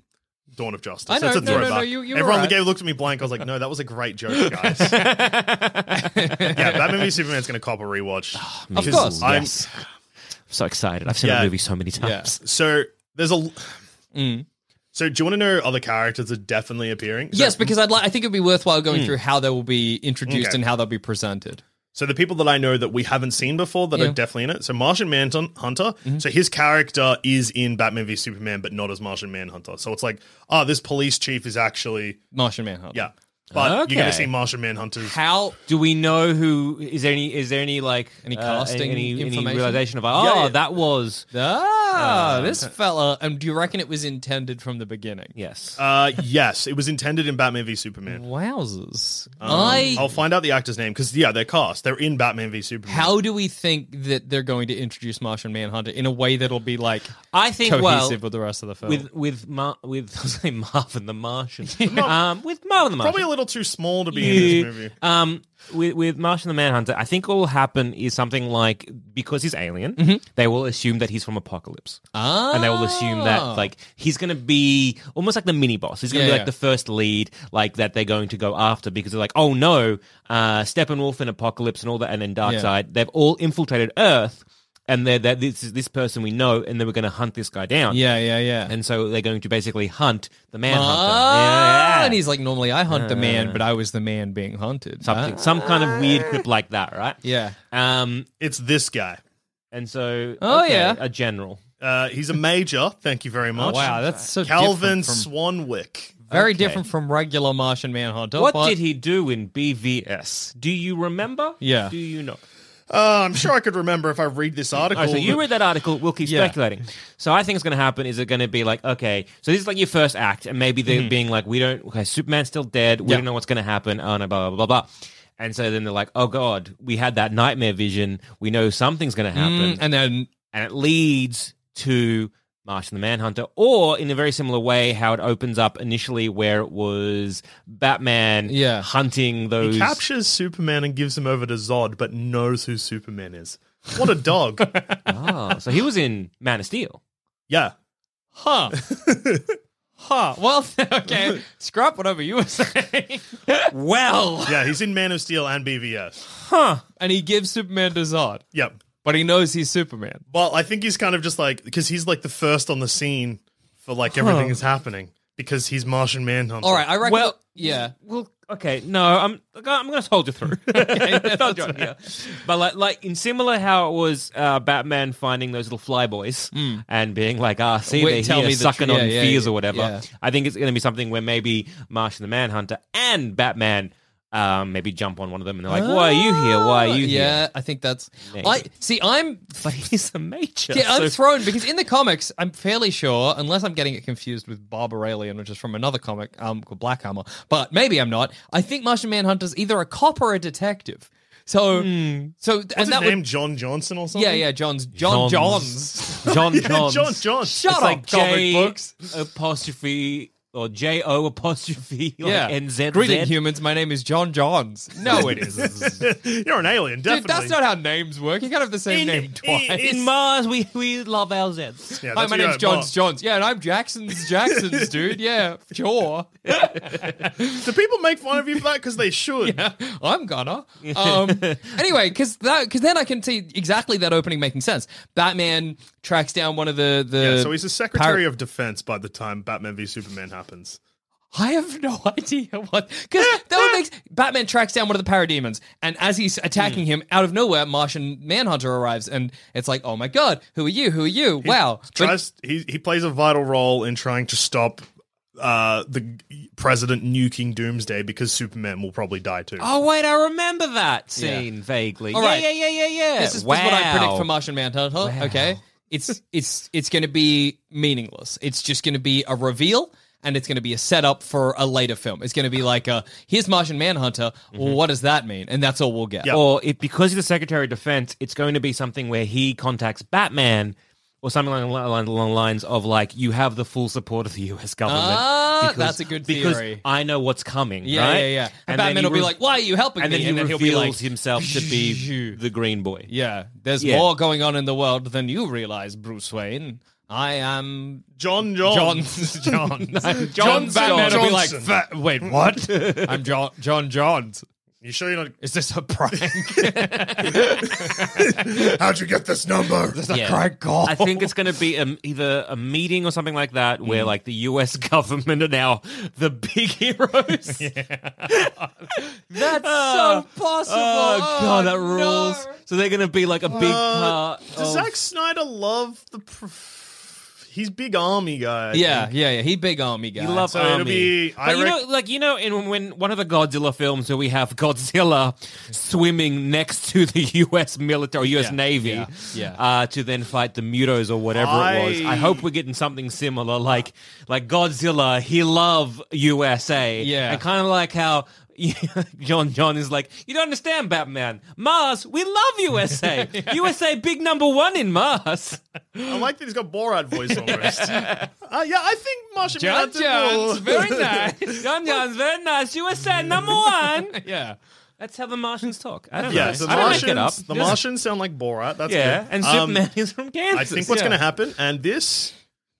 Speaker 4: Dawn of Justice.
Speaker 2: I know,
Speaker 4: That's a
Speaker 2: no, no, no,
Speaker 4: throwback.
Speaker 2: you- you were
Speaker 4: Everyone
Speaker 2: right.
Speaker 4: in the game looked at me blank. I was like, no, that was a great joke, guys. yeah, Batman v Superman's going to cop a rewatch.
Speaker 2: Ah, Of
Speaker 4: Because
Speaker 2: course.
Speaker 4: I'm,
Speaker 3: Yes. I'm so excited. I've seen
Speaker 4: Yeah.
Speaker 3: that movie so many times.
Speaker 4: So there's a.
Speaker 2: Mm.
Speaker 4: So do you want to know other characters that are definitely appearing? So-
Speaker 2: yes, because I'd like. I think it'd be worthwhile
Speaker 3: Hmm.
Speaker 2: going through how they will be introduced
Speaker 4: Okay.
Speaker 2: and how they'll be presented.
Speaker 4: So the people that I know that we haven't seen before that
Speaker 2: Yeah. Mm-hmm.
Speaker 4: are definitely in it. So Martian Manhunter. So his character is in Batman v Superman, but not as Martian Manhunter. So it's like, oh, this police ah, chief is actually
Speaker 2: Martian Manhunter.
Speaker 4: Yeah. but you're going
Speaker 3: Okay.
Speaker 4: to see Martian Manhunters.
Speaker 2: How?
Speaker 3: Do we know who is there any is there any like
Speaker 2: Any
Speaker 3: uh,
Speaker 2: casting
Speaker 3: any, any
Speaker 2: information?
Speaker 3: realization of oh
Speaker 4: Yeah, yeah.
Speaker 3: that was uh,
Speaker 2: Ah, this fella. And do you reckon it was intended from the beginning?
Speaker 3: yes
Speaker 2: Um,
Speaker 4: Uh, yes, it was intended in Batman v Superman.
Speaker 2: Wowzers. Uh,
Speaker 4: Um,
Speaker 2: I.
Speaker 4: I'll find out the actor's name because yeah, they're cast. They're in Batman v Superman.
Speaker 2: How do we think that they're going to introduce Martian Manhunter in a way that'll be like
Speaker 3: I think
Speaker 2: cohesive
Speaker 3: well
Speaker 2: with the rest of the film?
Speaker 3: with with Mar- with I was saying Marvin the Martian um with Marvin the Martian
Speaker 4: Probably a little too small to be
Speaker 3: you-
Speaker 4: in this movie.
Speaker 3: Um, with, with Martian the Manhunter, I think what will happen is something like because he's alien,
Speaker 2: Mm-hmm.
Speaker 3: they will assume that he's from Apocalypse.
Speaker 2: Ah.
Speaker 3: And they will assume that like he's going to be almost like the mini boss. He's going to
Speaker 2: Yeah,
Speaker 3: be
Speaker 2: yeah.
Speaker 3: like the first lead, like that they're going to go after because they're like, oh no, uh, Steppenwolf and Apocalypse and all that, and then Darkseid, they've all infiltrated Earth, and they're that this is this person we know, and then we're going to hunt this guy down.
Speaker 2: Yeah, yeah, yeah.
Speaker 3: And so they're going to basically hunt the Manhunter.
Speaker 2: Ah,
Speaker 3: Yeah, yeah.
Speaker 2: And he's like, normally I hunt the man, but I was the man being hunted.
Speaker 3: something,
Speaker 2: Ah.
Speaker 3: some kind of weird grip like that, right?
Speaker 2: Yeah.
Speaker 3: Um,
Speaker 4: It's this guy.
Speaker 3: and so,
Speaker 2: Oh,
Speaker 3: okay,
Speaker 2: yeah.
Speaker 3: a general.
Speaker 4: Uh, he's a major. Thank you
Speaker 3: Oh,
Speaker 4: very much.
Speaker 2: wow, that's so
Speaker 4: Calvin
Speaker 2: different from,
Speaker 4: Swanwick.
Speaker 2: very
Speaker 3: okay.
Speaker 2: different from regular Martian Manhunter.
Speaker 3: What
Speaker 2: but-
Speaker 3: did he do in BVS? Do you remember?
Speaker 2: Yeah.
Speaker 3: Do you know?
Speaker 4: Uh, I'm sure I could remember if I read this article.
Speaker 3: All right, so you read that article. We'll keep
Speaker 2: Yeah.
Speaker 3: speculating. So I think it's going to happen. Is it going to be like okay? So this is like your first act, and maybe they're being like, we don't. Okay, Superman's still dead. We
Speaker 2: Mm-hmm. Yeah.
Speaker 3: don't know what's going to happen. Oh no, blah blah blah blah. And so then they're like, oh god, we had that nightmare vision. We know something's going to happen.
Speaker 2: Mm, and then
Speaker 3: and it leads to Martian the Manhunter, or in a very similar way, how it opens up initially where it was Batman
Speaker 2: Yeah.
Speaker 3: hunting those.
Speaker 4: He captures Superman and gives him over to Zod, but knows who Superman is. What a dog.
Speaker 3: Ah, so he was in Man of Steel.
Speaker 4: yeah.
Speaker 2: huh. huh. Well, okay. Scrap whatever you were saying. well.
Speaker 4: Yeah, he's in Man of Steel and BVS.
Speaker 2: Huh. And he gives Superman to Zod,
Speaker 4: Yep.
Speaker 2: but he knows he's Superman.
Speaker 4: Well, I think he's kind of just like, because he's like the first on the scene for like everything that's happening because he's Martian Manhunter.
Speaker 2: All right, I reckon.
Speaker 3: Well-
Speaker 2: yeah.
Speaker 3: Well, okay, no, I'm I'm going to hold you through. It's not John here. But like, like in similar how it was uh, Batman finding those little flyboys and being like, ah, see,
Speaker 2: Hmm. Wait,
Speaker 3: they're
Speaker 2: tell
Speaker 3: here
Speaker 2: me the
Speaker 3: sucking
Speaker 2: tr-
Speaker 3: on
Speaker 2: yeah, yeah,
Speaker 3: fears
Speaker 2: yeah,
Speaker 3: or whatever.
Speaker 2: yeah.
Speaker 3: I think it's going to be something where maybe Martian the Manhunter and Batman um, maybe jump on one of them and they're like, why are you here? Why are you here?
Speaker 2: Ah, Yeah, I think that's.
Speaker 3: Maybe.
Speaker 2: I see. I'm.
Speaker 3: But he's a major.
Speaker 2: Yeah, I'm
Speaker 3: so-
Speaker 2: thrown because in the comics, I'm fairly sure, unless I'm getting it confused with Barbaralian, which is from another comic um, called Black Hammer, but maybe I'm not. I think Martian Manhunter's either a cop or a detective. So, so and
Speaker 4: What's his
Speaker 2: that
Speaker 4: name?
Speaker 2: would
Speaker 4: John Johnson or something?
Speaker 2: yeah, yeah, John's John Johns.
Speaker 3: John Johns.
Speaker 4: John Johns.
Speaker 2: Shut
Speaker 3: it's
Speaker 2: up,
Speaker 3: like
Speaker 2: comic
Speaker 3: J
Speaker 2: books.
Speaker 3: apostrophe or J O apostrophe like
Speaker 2: Yeah,
Speaker 3: NZ.
Speaker 2: greeting humans. My name is John Johns. No, it isn't.
Speaker 4: You're an alien,
Speaker 2: Dude,
Speaker 4: definitely.
Speaker 2: that's not how names work. You can't have the same
Speaker 4: In-
Speaker 2: name twice.
Speaker 4: in
Speaker 3: Mars, we, we love our Zs.
Speaker 4: Yeah,
Speaker 2: Hi,
Speaker 4: that's-
Speaker 2: my
Speaker 4: yeah,
Speaker 2: name's Johns
Speaker 4: Mar-
Speaker 2: Johns. Yeah, and I'm Jackson's Jackson's dude. Yeah, sure.
Speaker 4: Do people make fun of you for that? Because they should.
Speaker 2: I'm gonna. Um, anyway, because that because then I can see exactly that opening making sense. Batman tracks down one of the the.
Speaker 4: Yeah, so he's the Secretary
Speaker 2: Par-
Speaker 4: of Defense by the time Batman v Superman happens.
Speaker 2: I have no idea what because that would make Batman tracks down one of the parademons, and as he's attacking
Speaker 4: Hmm.
Speaker 2: him out of nowhere, Martian Manhunter arrives, and it's like, oh my god, who are you? Who are you? wow. But-
Speaker 4: Tries, he, he plays a vital role in trying to stop uh, the president nuking Doomsday because Superman will probably die too.
Speaker 3: Oh, wait, I remember that scene vaguely.
Speaker 2: All
Speaker 3: yeah,
Speaker 2: right.
Speaker 3: yeah, yeah, yeah, yeah.
Speaker 2: This is,
Speaker 3: wow.
Speaker 2: this is what I predict for Martian Manhunter. Okay, it's it's it's going to be meaningless. It's just going to be a reveal, and it's going to be a setup for a later film. It's going to be like, uh, here's Martian Manhunter.
Speaker 3: Mm-hmm.
Speaker 2: Well, what does that mean? And that's all we'll get.
Speaker 3: Or if, because he's the Secretary of Defense, it's going to be something where he contacts Batman or something along, along, along the lines of, like, you have the full support of the U.S. government.
Speaker 2: Ah, that's a good
Speaker 3: Oh, because
Speaker 2: theory.
Speaker 3: I know what's coming,
Speaker 2: Yeah,
Speaker 3: right?
Speaker 2: yeah, yeah. And,
Speaker 3: then
Speaker 2: Batman
Speaker 3: he
Speaker 2: will be
Speaker 3: re-
Speaker 2: like, "Why are you helping
Speaker 3: And
Speaker 2: me?"
Speaker 3: then he
Speaker 2: and then he'll
Speaker 3: reveals
Speaker 2: be like,
Speaker 3: himself to be the Green Boy.
Speaker 2: "Yeah, there's
Speaker 3: Yeah.
Speaker 2: more going on in the world than you realize, Bruce Wayne. I am
Speaker 4: John John.
Speaker 2: John John John,
Speaker 4: John
Speaker 2: Batman will be like,
Speaker 4: Johnson.
Speaker 2: "Fa- wait, what? I'm John John Johns.
Speaker 4: You sure you're
Speaker 2: Is this a prank?
Speaker 4: not? How'd you get this number?
Speaker 3: Yeah.
Speaker 2: Craig Gall.
Speaker 3: I think it's going to be um either a meeting or something like that where
Speaker 2: Mm.
Speaker 3: like the US government are now the big heroes.
Speaker 2: that's
Speaker 3: Ah.
Speaker 2: so possible.
Speaker 3: Oh, god, that
Speaker 2: no. Uh,
Speaker 3: rules. So they're going to be like a big part
Speaker 4: Does
Speaker 3: of-
Speaker 4: Zack Snyder love the pr- he's big army guy. I
Speaker 2: Yeah,
Speaker 4: think.
Speaker 2: yeah, yeah. He big army guy.
Speaker 3: Uh, You love
Speaker 4: So
Speaker 3: army.
Speaker 4: it'll be. I
Speaker 3: But you
Speaker 4: rec-
Speaker 3: know, like you know, in when one of the Godzilla films where we have Godzilla swimming next to the U.S. military, U.S.
Speaker 2: Yeah,
Speaker 3: Navy,
Speaker 2: yeah, yeah.
Speaker 3: Uh, to then fight the Mutos or whatever it was. I
Speaker 4: I-
Speaker 3: hope we're getting something similar, like like Godzilla. He love USA,
Speaker 2: Yeah.
Speaker 3: and kind of like how. John John is like, you don't understand, Batman. Mars, we love USA. USA big number one in Mars.
Speaker 4: I like that he's got Borat voice almost. uh, yeah, I think Martian
Speaker 2: John
Speaker 4: Manhunter will-
Speaker 2: Jones, very nice.
Speaker 3: John John's very nice. USA number one.
Speaker 2: yeah.
Speaker 3: That's how the Martians talk. I don't
Speaker 4: Yeah,
Speaker 3: know.
Speaker 4: the
Speaker 3: I don't make
Speaker 4: Martians.
Speaker 3: it up.
Speaker 4: The
Speaker 3: Just-
Speaker 4: Martians sound like Borat. That's
Speaker 3: Yeah,
Speaker 4: good.
Speaker 3: and
Speaker 4: Um,
Speaker 3: Superman is from Kansas.
Speaker 4: I think what's
Speaker 3: yeah.
Speaker 4: going to happen, and this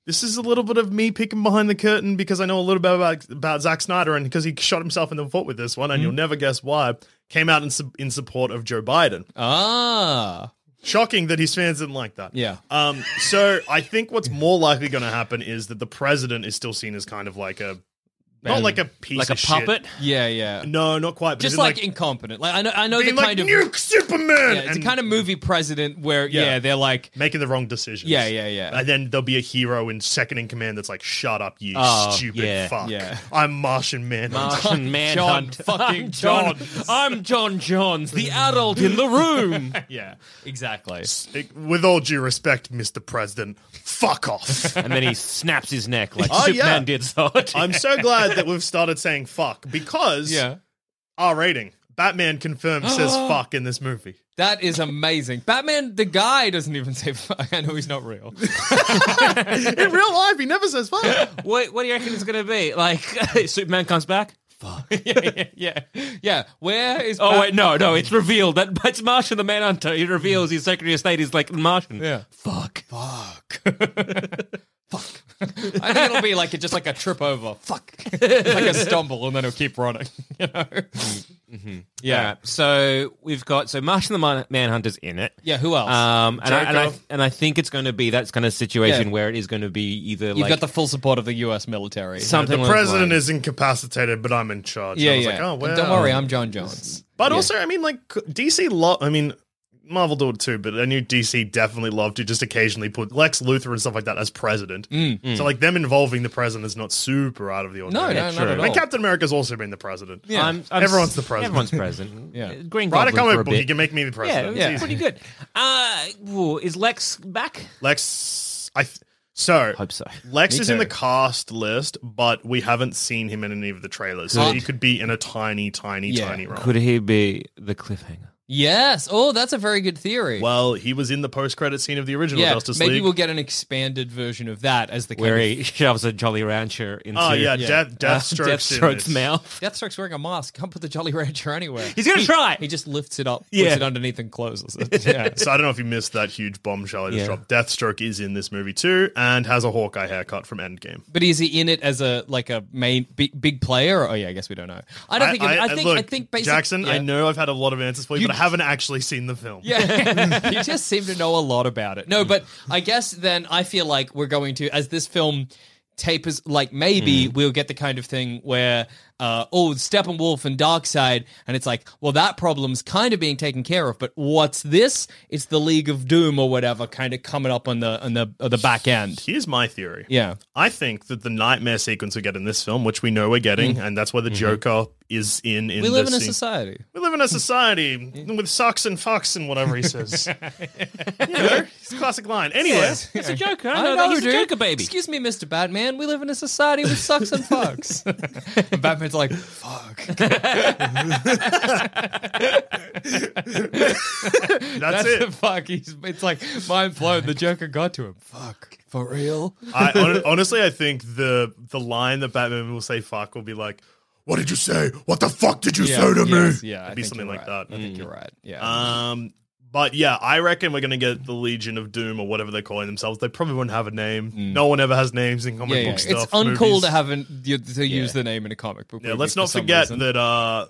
Speaker 4: this is a little bit of me peeking behind the curtain because I know a little bit about about Zack Snyder and because he shot himself in the foot with this one,
Speaker 2: Mm-hmm.
Speaker 4: and you'll never guess why. Came out in su- in support of Joe Biden.
Speaker 2: Uh. Ah.
Speaker 4: Shocking that his fans didn't like that.
Speaker 2: Yeah.
Speaker 4: Um. So I think what's more likely going to happen is that the president is still seen as kind of like a not like a piece
Speaker 3: like a
Speaker 4: of shit.
Speaker 3: puppet.
Speaker 2: Yeah, yeah.
Speaker 4: No, not quite. But
Speaker 2: Just
Speaker 4: as in,
Speaker 2: like, incompetent. Like I know I know the
Speaker 4: being like
Speaker 2: kind of
Speaker 4: nuke Superman.
Speaker 2: yeah, it's
Speaker 4: and
Speaker 2: a kind of movie president where yeah,
Speaker 4: Yeah.
Speaker 2: they're like
Speaker 4: making the wrong decisions.
Speaker 2: Yeah, yeah, yeah.
Speaker 4: And then there'll be a hero in second in command that's like, "Shut up, you
Speaker 3: Oh,
Speaker 4: stupid
Speaker 3: yeah,
Speaker 4: fuck!
Speaker 2: yeah.
Speaker 4: I'm Martian Manhunter."
Speaker 3: Martian Manhunt.
Speaker 2: fucking
Speaker 3: I'm John.
Speaker 2: Johns.
Speaker 3: I'm John Johns, the adult in the room.
Speaker 2: yeah, exactly.
Speaker 4: It- With all due respect, Mr. President, fuck off.
Speaker 3: and then he snaps his neck like
Speaker 4: Oh, yeah.
Speaker 3: Superman did so.
Speaker 4: I'm so glad that we've started saying fuck because
Speaker 2: Yeah.
Speaker 4: R rating. Batman confirmed says fuck in this movie.
Speaker 2: That is amazing. Batman, the guy doesn't even say fuck. I know he's not real.
Speaker 4: In real life, he never says fuck.
Speaker 3: what, what do you reckon it's going to be? Like Superman comes back.
Speaker 2: yeah, yeah, yeah. Where is?
Speaker 3: Oh
Speaker 2: Bat-
Speaker 3: wait, no, no. It's revealed that it's Martian the Manhunter. He reveals his Secretary of State is like Martian.
Speaker 2: Yeah.
Speaker 3: Fuck.
Speaker 2: Fuck. Fuck. I think it'll be like a, just like a trip over. Fuck. like a stumble, and then he'll keep running. You know.
Speaker 3: Yeah. So we've got so Martian the Man- Manhunter's in it.
Speaker 2: Yeah. Who else?
Speaker 3: Um, and, I, and, I,
Speaker 4: Jericho.
Speaker 3: and I think it's going to be that kind of situation
Speaker 2: Yeah.
Speaker 3: where it is going to be either
Speaker 2: You've
Speaker 3: like
Speaker 2: got the full support of the U.S. military.
Speaker 3: something.
Speaker 4: The
Speaker 3: along those
Speaker 4: president
Speaker 3: lines.
Speaker 4: is incapacitated, but I'm in charge.
Speaker 2: yeah,
Speaker 4: I was
Speaker 2: yeah.
Speaker 4: like, oh, well.
Speaker 2: Don't worry, I'm John Jones.
Speaker 4: But also, I mean, like DC. Lo- I mean, Marvel do it too, but I knew DC definitely loved to just occasionally put Lex Luthor and stuff like that as president.
Speaker 3: Mm.
Speaker 4: So like them involving the president is not super out of the
Speaker 2: Mm. No,
Speaker 4: ordinary.
Speaker 2: no, not at all.
Speaker 4: And Captain America's also been the president.
Speaker 2: Yeah.
Speaker 3: I'm, I'm
Speaker 4: Everyone's
Speaker 3: s-
Speaker 4: the president.
Speaker 3: Everyone's president.
Speaker 2: Yeah.
Speaker 3: Green
Speaker 4: Write a
Speaker 3: Goblin for
Speaker 4: comic
Speaker 3: a
Speaker 4: book. You
Speaker 3: bit.
Speaker 4: can make me the
Speaker 3: yeah,
Speaker 4: president.
Speaker 3: yeah,
Speaker 4: It's easy.
Speaker 3: pretty good. Uh, ooh, is Lex back?
Speaker 4: Lex, I th- so
Speaker 3: Hope so.
Speaker 4: Lex
Speaker 2: Me
Speaker 4: is in
Speaker 2: too.
Speaker 4: the cast list, but we haven't seen him in any of the trailers, so
Speaker 2: Good.
Speaker 4: he could be in a tiny, tiny,
Speaker 2: Yeah.
Speaker 4: tiny role.
Speaker 3: Could he be the cliffhanger?
Speaker 2: Yes. Oh, that's a very good theory.
Speaker 4: well, he was in the post-credit scene of the original
Speaker 2: yeah.
Speaker 4: Justice
Speaker 2: Maybe
Speaker 4: League.
Speaker 2: we'll get an expanded version of that as the kind
Speaker 3: Where
Speaker 2: of-
Speaker 3: he shoves a Jolly Rancher into
Speaker 4: oh yeah,
Speaker 2: Yeah. Uh,
Speaker 4: Death, Deathstroke's, in
Speaker 3: Deathstroke's
Speaker 4: this.
Speaker 3: mouth.
Speaker 2: Deathstroke's wearing a mask. Can't put the Jolly Rancher anywhere.
Speaker 3: He's gonna
Speaker 2: He-
Speaker 3: try.
Speaker 2: He just lifts it up,
Speaker 3: Yeah.
Speaker 2: puts it underneath, and closes it. Yeah.
Speaker 4: So I don't know if you missed that huge bombshell I just
Speaker 3: Yeah.
Speaker 4: dropped. Deathstroke is in this movie too, and has a Hawkeye haircut from Endgame.
Speaker 2: But is he in it as a like a main big, big player? Or, oh yeah, I guess we don't know. I don't think. I, think. I
Speaker 4: look,
Speaker 2: think. Basic,
Speaker 4: Jackson.
Speaker 2: yeah.
Speaker 4: I know I've had a lot of answers for you,
Speaker 2: You-
Speaker 4: but I haven't actually seen the film.
Speaker 2: Yeah, you just seem to know a lot about it. No, but I guess then I feel like we're going to as this film tapers. Like maybe we'll get the kind of thing where uh, oh, Steppenwolf and Darkseid, and it's like, well, that problem's kind of being taken care of. But what's this? It's the League of Doom or whatever, kind of coming up on the on the on the back end.
Speaker 4: Here's my theory.
Speaker 2: Yeah,
Speaker 4: I think that the nightmare sequence we get in this film, which we know we're getting, and that's where the Joker is in. in
Speaker 2: we live
Speaker 4: this
Speaker 2: in a
Speaker 4: scene.
Speaker 2: society.
Speaker 4: We live in a society with socks and fox and whatever he says. you know, it's a classic line. Anyway,
Speaker 3: It's a Joker.
Speaker 2: I
Speaker 3: I know, that.
Speaker 2: know,
Speaker 3: He's
Speaker 2: dude.
Speaker 3: a Joker baby.
Speaker 2: Excuse me, Mr. Batman. We live in a society with sucks and fucks. And Batman's like, fuck.
Speaker 4: that's
Speaker 2: That's
Speaker 4: it.
Speaker 2: the fuck. He's, it's like mind blown. The Joker got to him. Fuck. For real?
Speaker 4: I, hon- honestly, I think the the line that Batman will say "fuck" will be like, "What did you say? What the fuck did you say to
Speaker 2: yes,
Speaker 4: me?"
Speaker 2: Yeah. I
Speaker 4: it'd be
Speaker 2: think
Speaker 4: something
Speaker 2: you're
Speaker 4: like
Speaker 2: right.
Speaker 4: that.
Speaker 2: I think you're right. Yeah.
Speaker 4: Um, but yeah, I reckon we're gonna get the Legion of Doom or whatever they're calling themselves. They probably won't have a name. No one ever has names in comic
Speaker 2: Mm. yeah, yeah.
Speaker 4: book
Speaker 2: It's
Speaker 4: stuff.
Speaker 2: uncool
Speaker 4: movies.
Speaker 2: to have an, you- to use the name in a comic book.
Speaker 4: Yeah,
Speaker 2: movie
Speaker 4: let's
Speaker 2: for
Speaker 4: not
Speaker 2: some
Speaker 4: forget
Speaker 2: reason.
Speaker 4: that uh,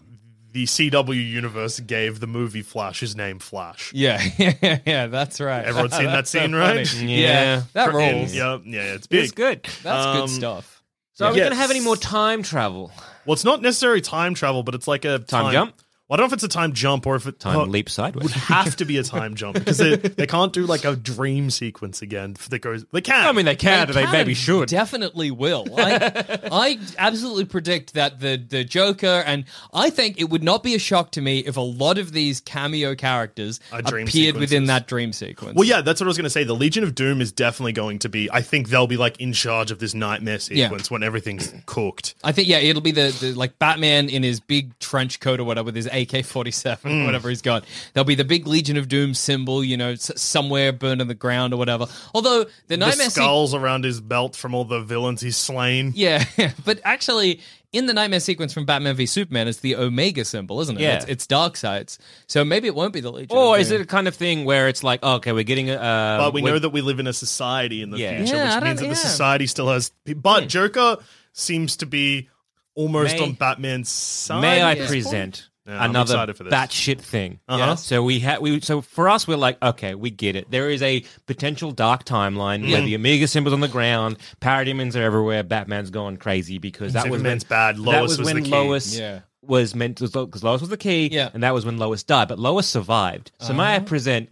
Speaker 4: the CW universe gave the movie Flash his name Flash.
Speaker 2: Yeah, yeah, yeah. That's right.
Speaker 4: Everyone's seen that
Speaker 2: That's so
Speaker 4: scene, right?
Speaker 2: funny.
Speaker 3: Yeah.
Speaker 2: Yeah. That
Speaker 4: For- in-
Speaker 2: rolls.
Speaker 4: Yeah, yeah, it's big.
Speaker 3: It's good.
Speaker 2: That's
Speaker 4: Um,
Speaker 2: good stuff.
Speaker 3: So are we
Speaker 4: Yes.
Speaker 3: going to have any more time travel?
Speaker 4: Well, it's not necessarily time travel, but it's like a
Speaker 3: Time jump?
Speaker 4: Well, I don't know if it's a time jump or if it
Speaker 3: Time
Speaker 4: oh,
Speaker 3: leap sideways.
Speaker 4: Would have to be a time jump because they, they can't do like a dream sequence again that goes. They can.
Speaker 3: I mean, they can, and they
Speaker 2: can
Speaker 3: maybe
Speaker 2: and
Speaker 3: should.
Speaker 2: Definitely will. I, I absolutely predict that the, the Joker, and I think it would not be a shock to me if a lot of these cameo characters
Speaker 4: Are dream
Speaker 2: appeared within
Speaker 4: sequences.
Speaker 2: that dream sequence.
Speaker 4: Well, yeah, that's what I was going to say. The Legion of Doom is definitely going to be. I think they'll be like in charge of this nightmare sequence when everything's cooked.
Speaker 2: I think yeah, it'll be the, the like Batman in his big trench coat or whatever with his AK forty
Speaker 4: Mm.
Speaker 2: seven, whatever he's got. There'll be the big Legion of Doom symbol, you know, s- somewhere burned in the ground or whatever. Although the
Speaker 4: The
Speaker 2: nightmare sequence,
Speaker 4: skulls around his belt from all the villains he's slain.
Speaker 2: yeah, but actually in the nightmare sequence from Batman v Superman, it's the Omega symbol, isn't it?
Speaker 3: Yeah.
Speaker 2: it's, it's dark sides. So maybe it won't be the Legion. of
Speaker 3: Or is
Speaker 2: Doom.
Speaker 3: it a kind of thing where it's like, oh, okay, we're getting a. Uh,
Speaker 4: But we
Speaker 3: we're-
Speaker 4: know that we live in a society in the
Speaker 3: Yeah.
Speaker 4: future,
Speaker 2: Yeah, I
Speaker 4: which
Speaker 2: don't-
Speaker 4: means that
Speaker 2: yeah.
Speaker 4: the society still has. But Joker seems to be almost
Speaker 3: May-
Speaker 4: on Batman's side.
Speaker 3: May I
Speaker 4: at this point.
Speaker 3: present
Speaker 4: Yeah, I'm
Speaker 3: another
Speaker 4: excited for this.
Speaker 3: batshit thing?
Speaker 4: Uh-huh. Yeah.
Speaker 3: So we had we so for us we're like okay we get it. There is a potential dark timeline
Speaker 4: Mm.
Speaker 3: where the Omega symbols on the ground, parademons are everywhere. Batman's gone crazy because that was
Speaker 4: Superman's
Speaker 3: when,
Speaker 4: bad,
Speaker 3: that
Speaker 4: Lois
Speaker 3: was,
Speaker 4: was
Speaker 3: when
Speaker 4: the key.
Speaker 3: Lois
Speaker 2: Yeah.
Speaker 3: was meant to because Lois was the key,
Speaker 2: Yeah.
Speaker 3: and that was when Lois died. But Lois survived. So may
Speaker 4: Uh-huh.
Speaker 3: I present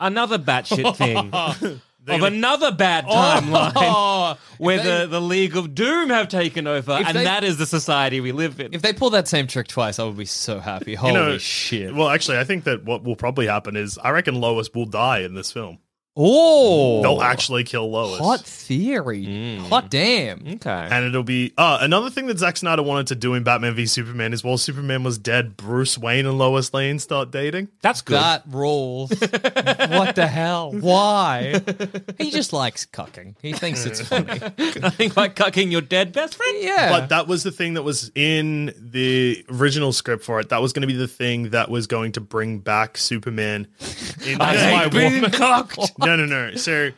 Speaker 3: another batshit thing? Of another bad
Speaker 4: Oh.
Speaker 3: timeline
Speaker 2: Oh,
Speaker 3: where
Speaker 2: they-
Speaker 3: the, the League of Doom have taken over,
Speaker 2: If
Speaker 3: and
Speaker 2: they-
Speaker 3: that is the society we live in.
Speaker 2: If they pull that same trick twice, I would be so happy. Holy shit!
Speaker 4: Well, actually, I think that what will probably happen is I reckon Lois will die in this film.
Speaker 2: oh,
Speaker 4: They'll actually kill Lois.
Speaker 2: hot theory, hot damn.
Speaker 3: Mm. okay.
Speaker 4: And it'll be uh, another thing that Zack Snyder wanted to do in Batman v Superman is while Superman was dead, Bruce Wayne and Lois Lane start dating.
Speaker 3: That's good.
Speaker 2: That rules. what the hell? Why? He just likes cucking. He thinks it's funny.
Speaker 3: Nothing like cucking your dead best friend.
Speaker 2: Yeah.
Speaker 4: But that was the thing that was in the original script for it. That was going to be the thing that was going to bring back Superman. In
Speaker 3: I
Speaker 4: That's
Speaker 3: hate
Speaker 4: my
Speaker 3: being
Speaker 4: woman.
Speaker 3: cucked.
Speaker 4: No, no, no. So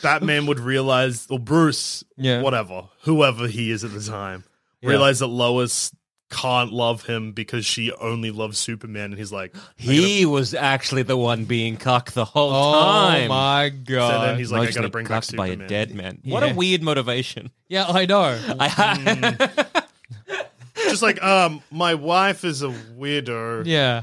Speaker 4: Batman would realize, or Bruce,
Speaker 2: Yeah.
Speaker 4: whatever, whoever he is at the time,
Speaker 3: Yeah.
Speaker 4: realize that Lois can't love him because she only loves Superman, and he's like,
Speaker 3: He was actually the one being cucked the whole
Speaker 2: oh
Speaker 3: time.
Speaker 2: my
Speaker 4: so
Speaker 2: god.
Speaker 4: then he's like, I got
Speaker 3: Mostly
Speaker 4: to bring back
Speaker 3: cucked by
Speaker 4: Superman.
Speaker 3: a dead man. What
Speaker 2: Yeah.
Speaker 3: a weird motivation.
Speaker 2: yeah, I know. Mm.
Speaker 4: Just like, um, my wife is a weirdo.
Speaker 2: yeah.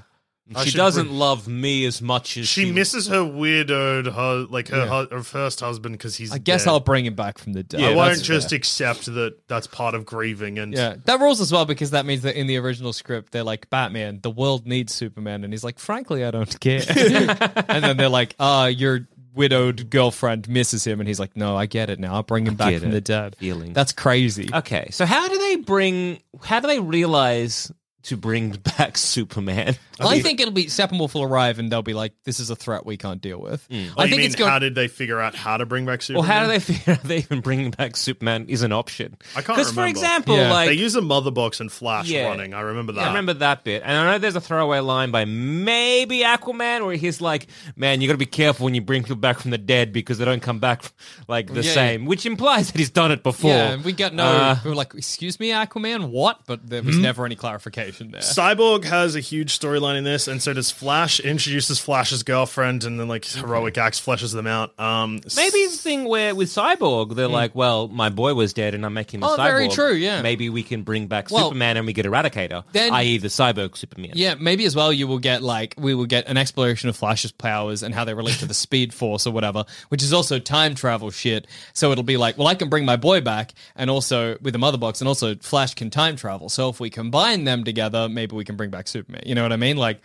Speaker 4: I
Speaker 3: she
Speaker 4: should
Speaker 3: doesn't
Speaker 4: bring-
Speaker 3: love me as much as
Speaker 4: She
Speaker 3: she
Speaker 4: misses her weirdoed, her like her, hu- her first husband because he's.
Speaker 2: I guess
Speaker 4: dead.
Speaker 2: I'll bring him back from the dead.
Speaker 4: I
Speaker 2: That's
Speaker 4: won't just
Speaker 2: fair.
Speaker 4: accept that that's part of grieving and
Speaker 2: Yeah, that rules as well because that means that in the original script they're like Batman, the world needs Superman, and he's like, frankly, I don't care. and then they're like, ah, your widowed girlfriend misses him, and he's like, no, I get it now. I'll bring him back
Speaker 3: get
Speaker 2: from
Speaker 3: it.
Speaker 2: the dead.
Speaker 3: Feeling.
Speaker 2: That's crazy.
Speaker 3: Okay, so how do they bring? How do they realize to bring back Superman?
Speaker 2: I think it'll be Steppenwolf will arrive and they'll be like, "This is a threat we can't deal with."
Speaker 3: Hmm.
Speaker 4: Oh,
Speaker 2: I
Speaker 4: you
Speaker 2: think
Speaker 4: mean,
Speaker 2: it's going.
Speaker 4: how did they figure out how to bring back
Speaker 3: Or
Speaker 4: Superman?
Speaker 3: how do they figure out that even bringing back Superman is an option?
Speaker 4: I can't
Speaker 3: Because, for
Speaker 4: remember.
Speaker 3: example,
Speaker 2: Yeah.
Speaker 3: like
Speaker 4: they use a mother box and Flash
Speaker 3: Yeah.
Speaker 4: running. I remember that.
Speaker 3: I remember that bit. And I know there's a throwaway line by maybe Aquaman where he's like, man, you got to be careful when you bring people back from the dead because they don't come back like
Speaker 2: Yeah,
Speaker 3: the
Speaker 2: yeah.
Speaker 3: same, which implies that he's done it before.
Speaker 2: yeah, and we got no.
Speaker 3: Uh,
Speaker 2: we were like, "Excuse me, Aquaman, what?" But there
Speaker 3: Hmm?
Speaker 2: was never any clarification there.
Speaker 4: Cyborg has a huge storyline in this, and so does Flash. Introduces Flash's girlfriend, and then like heroic acts flashes them out. Um, s-
Speaker 3: Maybe it's the thing where with Cyborg, they're like, well, my boy was dead and I'm making him a
Speaker 2: Hmm. Oh,
Speaker 3: cyborg.
Speaker 2: very true, yeah.
Speaker 3: Maybe we can bring back
Speaker 2: Well,
Speaker 3: Superman and we get Eradicator,
Speaker 2: then-
Speaker 3: i.e., the cyborg Superman.
Speaker 2: Yeah, maybe as well. You will get like we will get an exploration of Flash's powers and how they relate to the Speed Force or whatever, which is also time travel shit. So it'll be like, well, I can bring my boy back, and also with the Mother Box, and also Flash can time travel. So if we combine them together, maybe we can bring back Superman. You know what I mean? Like,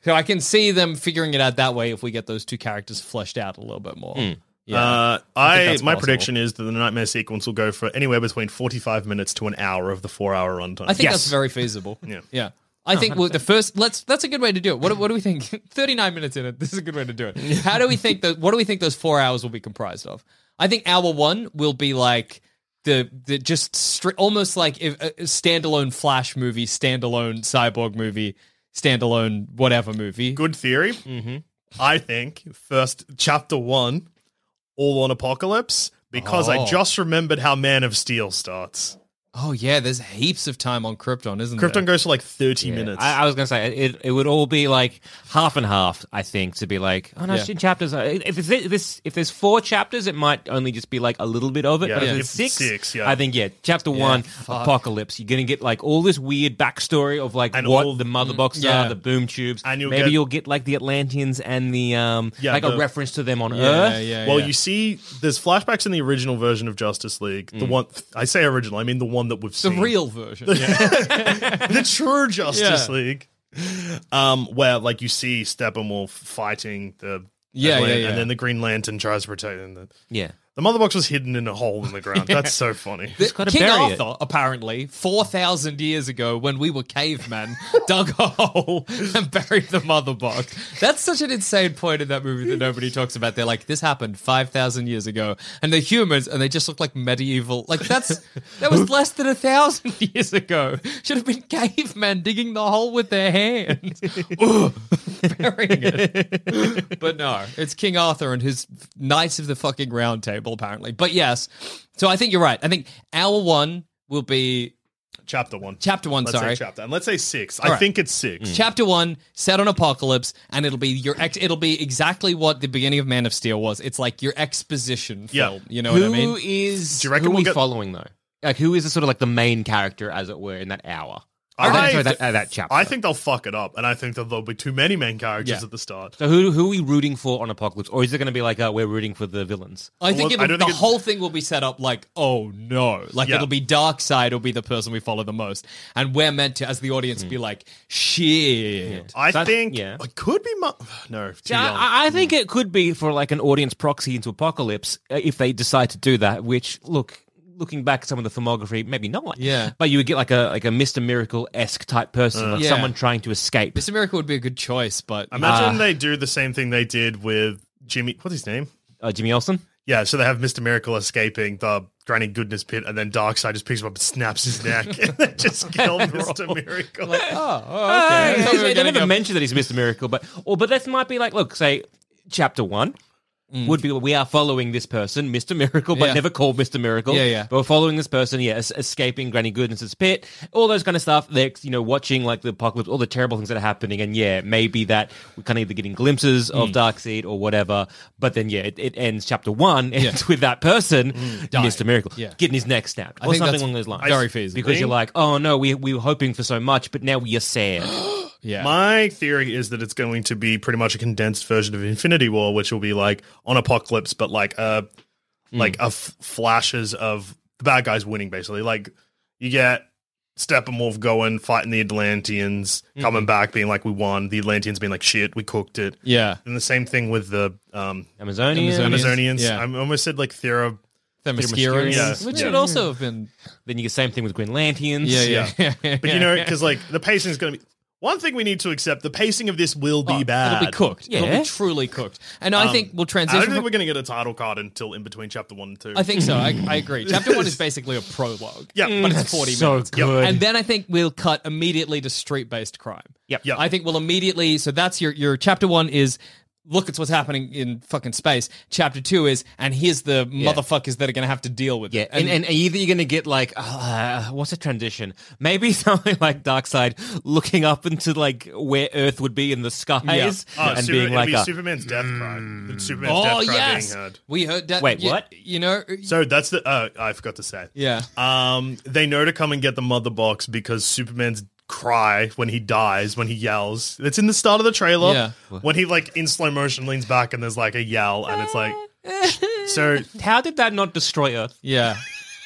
Speaker 2: so I can see them figuring it out that way if we get those two characters fleshed out a little bit more. Yeah.
Speaker 4: uh,
Speaker 2: I think
Speaker 4: I,
Speaker 2: that's
Speaker 4: my
Speaker 2: possible.
Speaker 4: prediction is that the nightmare sequence will go for anywhere between forty-five minutes to an hour of the four-hour runtime.
Speaker 2: I think that's very feasible. yeah. Yeah. I think well, the first let's that's a good way to do it. What, do- what do we think? Thirty nine minutes in it. This is a good way to do it. How do we think that? What do we think those four hours will be comprised of? I think hour one will be like the, the just stri- almost like if, a a standalone Flash movie, standalone Cyborg movie, standalone whatever movie.
Speaker 4: good theory.
Speaker 2: Mm-hmm.
Speaker 4: I think first chapter one, all on apocalypse because I
Speaker 2: Oh.
Speaker 4: just remembered how Man of Steel starts.
Speaker 2: Oh yeah, there's heaps of time on Krypton, isn't there?
Speaker 4: Krypton goes for like 30 minutes.
Speaker 3: I, I was gonna say it. It would all be like half and half. I think to be like, oh no,
Speaker 2: Yeah.
Speaker 3: shit, chapters. Are, if it's this, if there's four chapters, it might only just be like a little bit of it.
Speaker 4: Yeah.
Speaker 3: But if
Speaker 4: Yeah.
Speaker 3: it's
Speaker 4: If it's
Speaker 3: six,
Speaker 4: six, yeah.
Speaker 3: I think yeah. Chapter one,
Speaker 2: fuck.
Speaker 3: apocalypse. You're gonna get like all this weird backstory of like
Speaker 4: And
Speaker 3: what
Speaker 4: all- Mm.
Speaker 3: the mother boxes
Speaker 2: yeah.
Speaker 3: are, the boom tubes.
Speaker 4: And you'll
Speaker 3: maybe
Speaker 4: get-
Speaker 3: you'll get like the Atlanteans and the um,
Speaker 4: Yeah,
Speaker 3: like a
Speaker 4: the-
Speaker 3: reference to them on
Speaker 2: Yeah,
Speaker 3: Earth.
Speaker 2: yeah.
Speaker 4: well,
Speaker 2: yeah.
Speaker 4: you see, there's flashbacks in the original version of Justice League. The one I say original, I mean the one that we've
Speaker 2: Mm. the
Speaker 4: seen,
Speaker 2: real version.
Speaker 4: the true Justice
Speaker 2: Yeah.
Speaker 4: League. Um, where like you see Steppenwolf fighting the
Speaker 2: Yeah,
Speaker 4: Atlan-
Speaker 2: yeah, yeah.
Speaker 4: and then the Green Lantern tries to protect him. The,
Speaker 3: yeah.
Speaker 4: the mother box was hidden in a hole in the ground. That's so funny.
Speaker 2: The-
Speaker 3: gotta
Speaker 2: King
Speaker 3: bury it.
Speaker 2: Arthur, apparently, 4,000 years ago when we were cavemen, dug a hole and buried the mother box. That's such an insane point in that movie that nobody talks about. They're like, this happened 5,000 years ago, and they're humans, and they just look like medieval. Like, that's that was less than a thousand years ago. Should have been cavemen digging the hole with their hands, Ugh, burying it. But no, it's King Arthur and his Knights of the fucking Round Table, apparently. But yes, so I think you're right. I think hour one will be
Speaker 4: chapter one.
Speaker 2: Chapter one,
Speaker 4: Let's
Speaker 2: sorry. Mm.
Speaker 4: Say chapter. And let's say six. I
Speaker 2: All right.
Speaker 4: think it's six.
Speaker 2: chapter one set on apocalypse, and it'll be your ex- it'll be exactly what the beginning of Man of Steel was. It's like your exposition
Speaker 4: Yeah.
Speaker 2: film. You know
Speaker 3: Who is
Speaker 2: what I mean?
Speaker 4: Do you reckon
Speaker 3: who
Speaker 4: we'll
Speaker 3: we
Speaker 4: get-
Speaker 3: following though? Like who is the sort of like the main character, as it were, in that hour?
Speaker 4: I-
Speaker 3: Or that- sorry, that, uh, that chapter.
Speaker 4: I think they'll fuck it up, and I think that there'll be too many main characters
Speaker 2: Yeah.
Speaker 4: at the start.
Speaker 3: So who who are we rooting for on Apocalypse, or is it going to be like uh, we're rooting for the villains?
Speaker 2: I think
Speaker 4: Well,
Speaker 2: it'll,
Speaker 4: I don't
Speaker 2: the
Speaker 4: think it-
Speaker 2: whole thing will be set up like, oh no, like
Speaker 4: Yeah.
Speaker 2: it'll be dark side will be the person we follow the most, and we're meant to, as the audience, be like, shit.
Speaker 4: Hmm. I
Speaker 3: So I-
Speaker 4: think
Speaker 3: yeah.
Speaker 4: it could be. Mu- no, too young.
Speaker 3: Oh, I, I think it could be for like an audience proxy into Apocalypse uh, if they decide to do that. Which look, looking back at some of the filmography, maybe not.
Speaker 2: Yeah.
Speaker 3: but you would get like a like a Mister Miracle esque type person, like
Speaker 4: Uh.
Speaker 2: Yeah.
Speaker 3: someone trying to escape.
Speaker 2: Miss America would be a good choice, but
Speaker 4: Imagine they do the same thing they did with Jimmy. What's his name?
Speaker 3: Uh, Jimmy Olsen.
Speaker 4: Yeah, so they have Mr. Miracle escaping the Granny Goodness pit, and then Darkseid just picks him up and snaps his neck, and they just kill Mr. Miracle.
Speaker 2: oh, oh, okay. I thought we were
Speaker 3: they
Speaker 2: gonna
Speaker 3: never
Speaker 2: go-
Speaker 3: mentioned that he's Mister Miracle, but or but that might be like look, say chapter one. Would be we are following this person, Mister Miracle, but
Speaker 2: Mm. Yeah.
Speaker 3: never called Mister Miracle.
Speaker 2: Yeah, yeah.
Speaker 3: But we're following this person, yeah, es- escaping Granny Goodness's pit, all those kind of stuff. They're you know watching like the apocalypse, all the terrible things that are happening, and yeah, maybe that we're kind of either getting glimpses of
Speaker 2: Mm.
Speaker 3: Darkseid or whatever. But then yeah, it, it ends chapter one ends with that person, Mister Miracle,
Speaker 2: Mm. Yeah.
Speaker 3: getting his neck snapped
Speaker 2: I
Speaker 3: or
Speaker 2: think
Speaker 3: something
Speaker 2: that's
Speaker 3: along those lines.
Speaker 2: very feasible.
Speaker 3: because you're like, oh no, we we were hoping for so much, but now we are sad.
Speaker 2: yeah.
Speaker 4: My theory is that it's going to be pretty much a condensed version of Infinity War, which will be like on Apocalypse, but like uh like a f- flashes of the bad guys winning, basically. Like you get Steppenwolf going fighting the Atlanteans, coming back being like we won. The Atlanteans being like shit, we cooked it.
Speaker 2: yeah.
Speaker 4: And the same thing with the um
Speaker 3: Amazonian.
Speaker 2: Amazonian. Amazonians,
Speaker 4: Amazonians.
Speaker 2: yeah.
Speaker 4: I almost said like Thera.
Speaker 2: The
Speaker 3: Mascarans.
Speaker 4: Yeah.
Speaker 2: Which
Speaker 4: Yeah.
Speaker 2: would also have been.
Speaker 3: Then you get same thing with Green Lanterns.
Speaker 2: Yeah, yeah.
Speaker 4: But you know, because like the pacing is going to be one thing we need to accept. The pacing of this will be bad.
Speaker 2: Oh, It'll be cooked. It'll
Speaker 3: Yeah.
Speaker 2: be truly cooked. And I think we'll
Speaker 4: I don't
Speaker 2: transition.
Speaker 4: think
Speaker 2: from-
Speaker 4: we're going to get a title card until in between chapter one and two.
Speaker 2: I think so. I, I agree. Chapter one is basically a prologue.
Speaker 4: Yeah.
Speaker 2: but it's forty
Speaker 3: so
Speaker 2: minutes.
Speaker 3: good.
Speaker 2: And then I think we'll cut immediately to street based crime.
Speaker 3: Yep.
Speaker 4: Yep.
Speaker 2: I think we'll immediately. So that's your your chapter one is. Look, it's what's happening in fucking space. Chapter two is, and here's the motherfuckers that are going to have to deal with
Speaker 3: Yeah,
Speaker 2: it.
Speaker 3: and, and either you're going to get like, uh, what's a transition? Maybe something like Darkseid looking up into like where Earth would be in the skies
Speaker 4: Oh,
Speaker 3: and
Speaker 4: Super-
Speaker 3: being
Speaker 4: it'd
Speaker 3: like,
Speaker 4: be
Speaker 3: a,
Speaker 4: Superman's death cry. The Superman's
Speaker 2: oh
Speaker 4: death cry
Speaker 2: yes,
Speaker 4: being heard.
Speaker 2: we heard that.
Speaker 3: Wait,
Speaker 2: you-
Speaker 3: what?
Speaker 2: You know?
Speaker 4: So that's the. Uh, I forgot to say.
Speaker 2: Yeah.
Speaker 4: Um, they know to come and get the mother box because Superman's cry when he dies when he yells. It's in the start of the trailer.
Speaker 2: Yeah.
Speaker 4: When he like in slow motion leans back and there's like a yell and it's like. So
Speaker 3: how did that not destroy Earth?
Speaker 2: Yeah.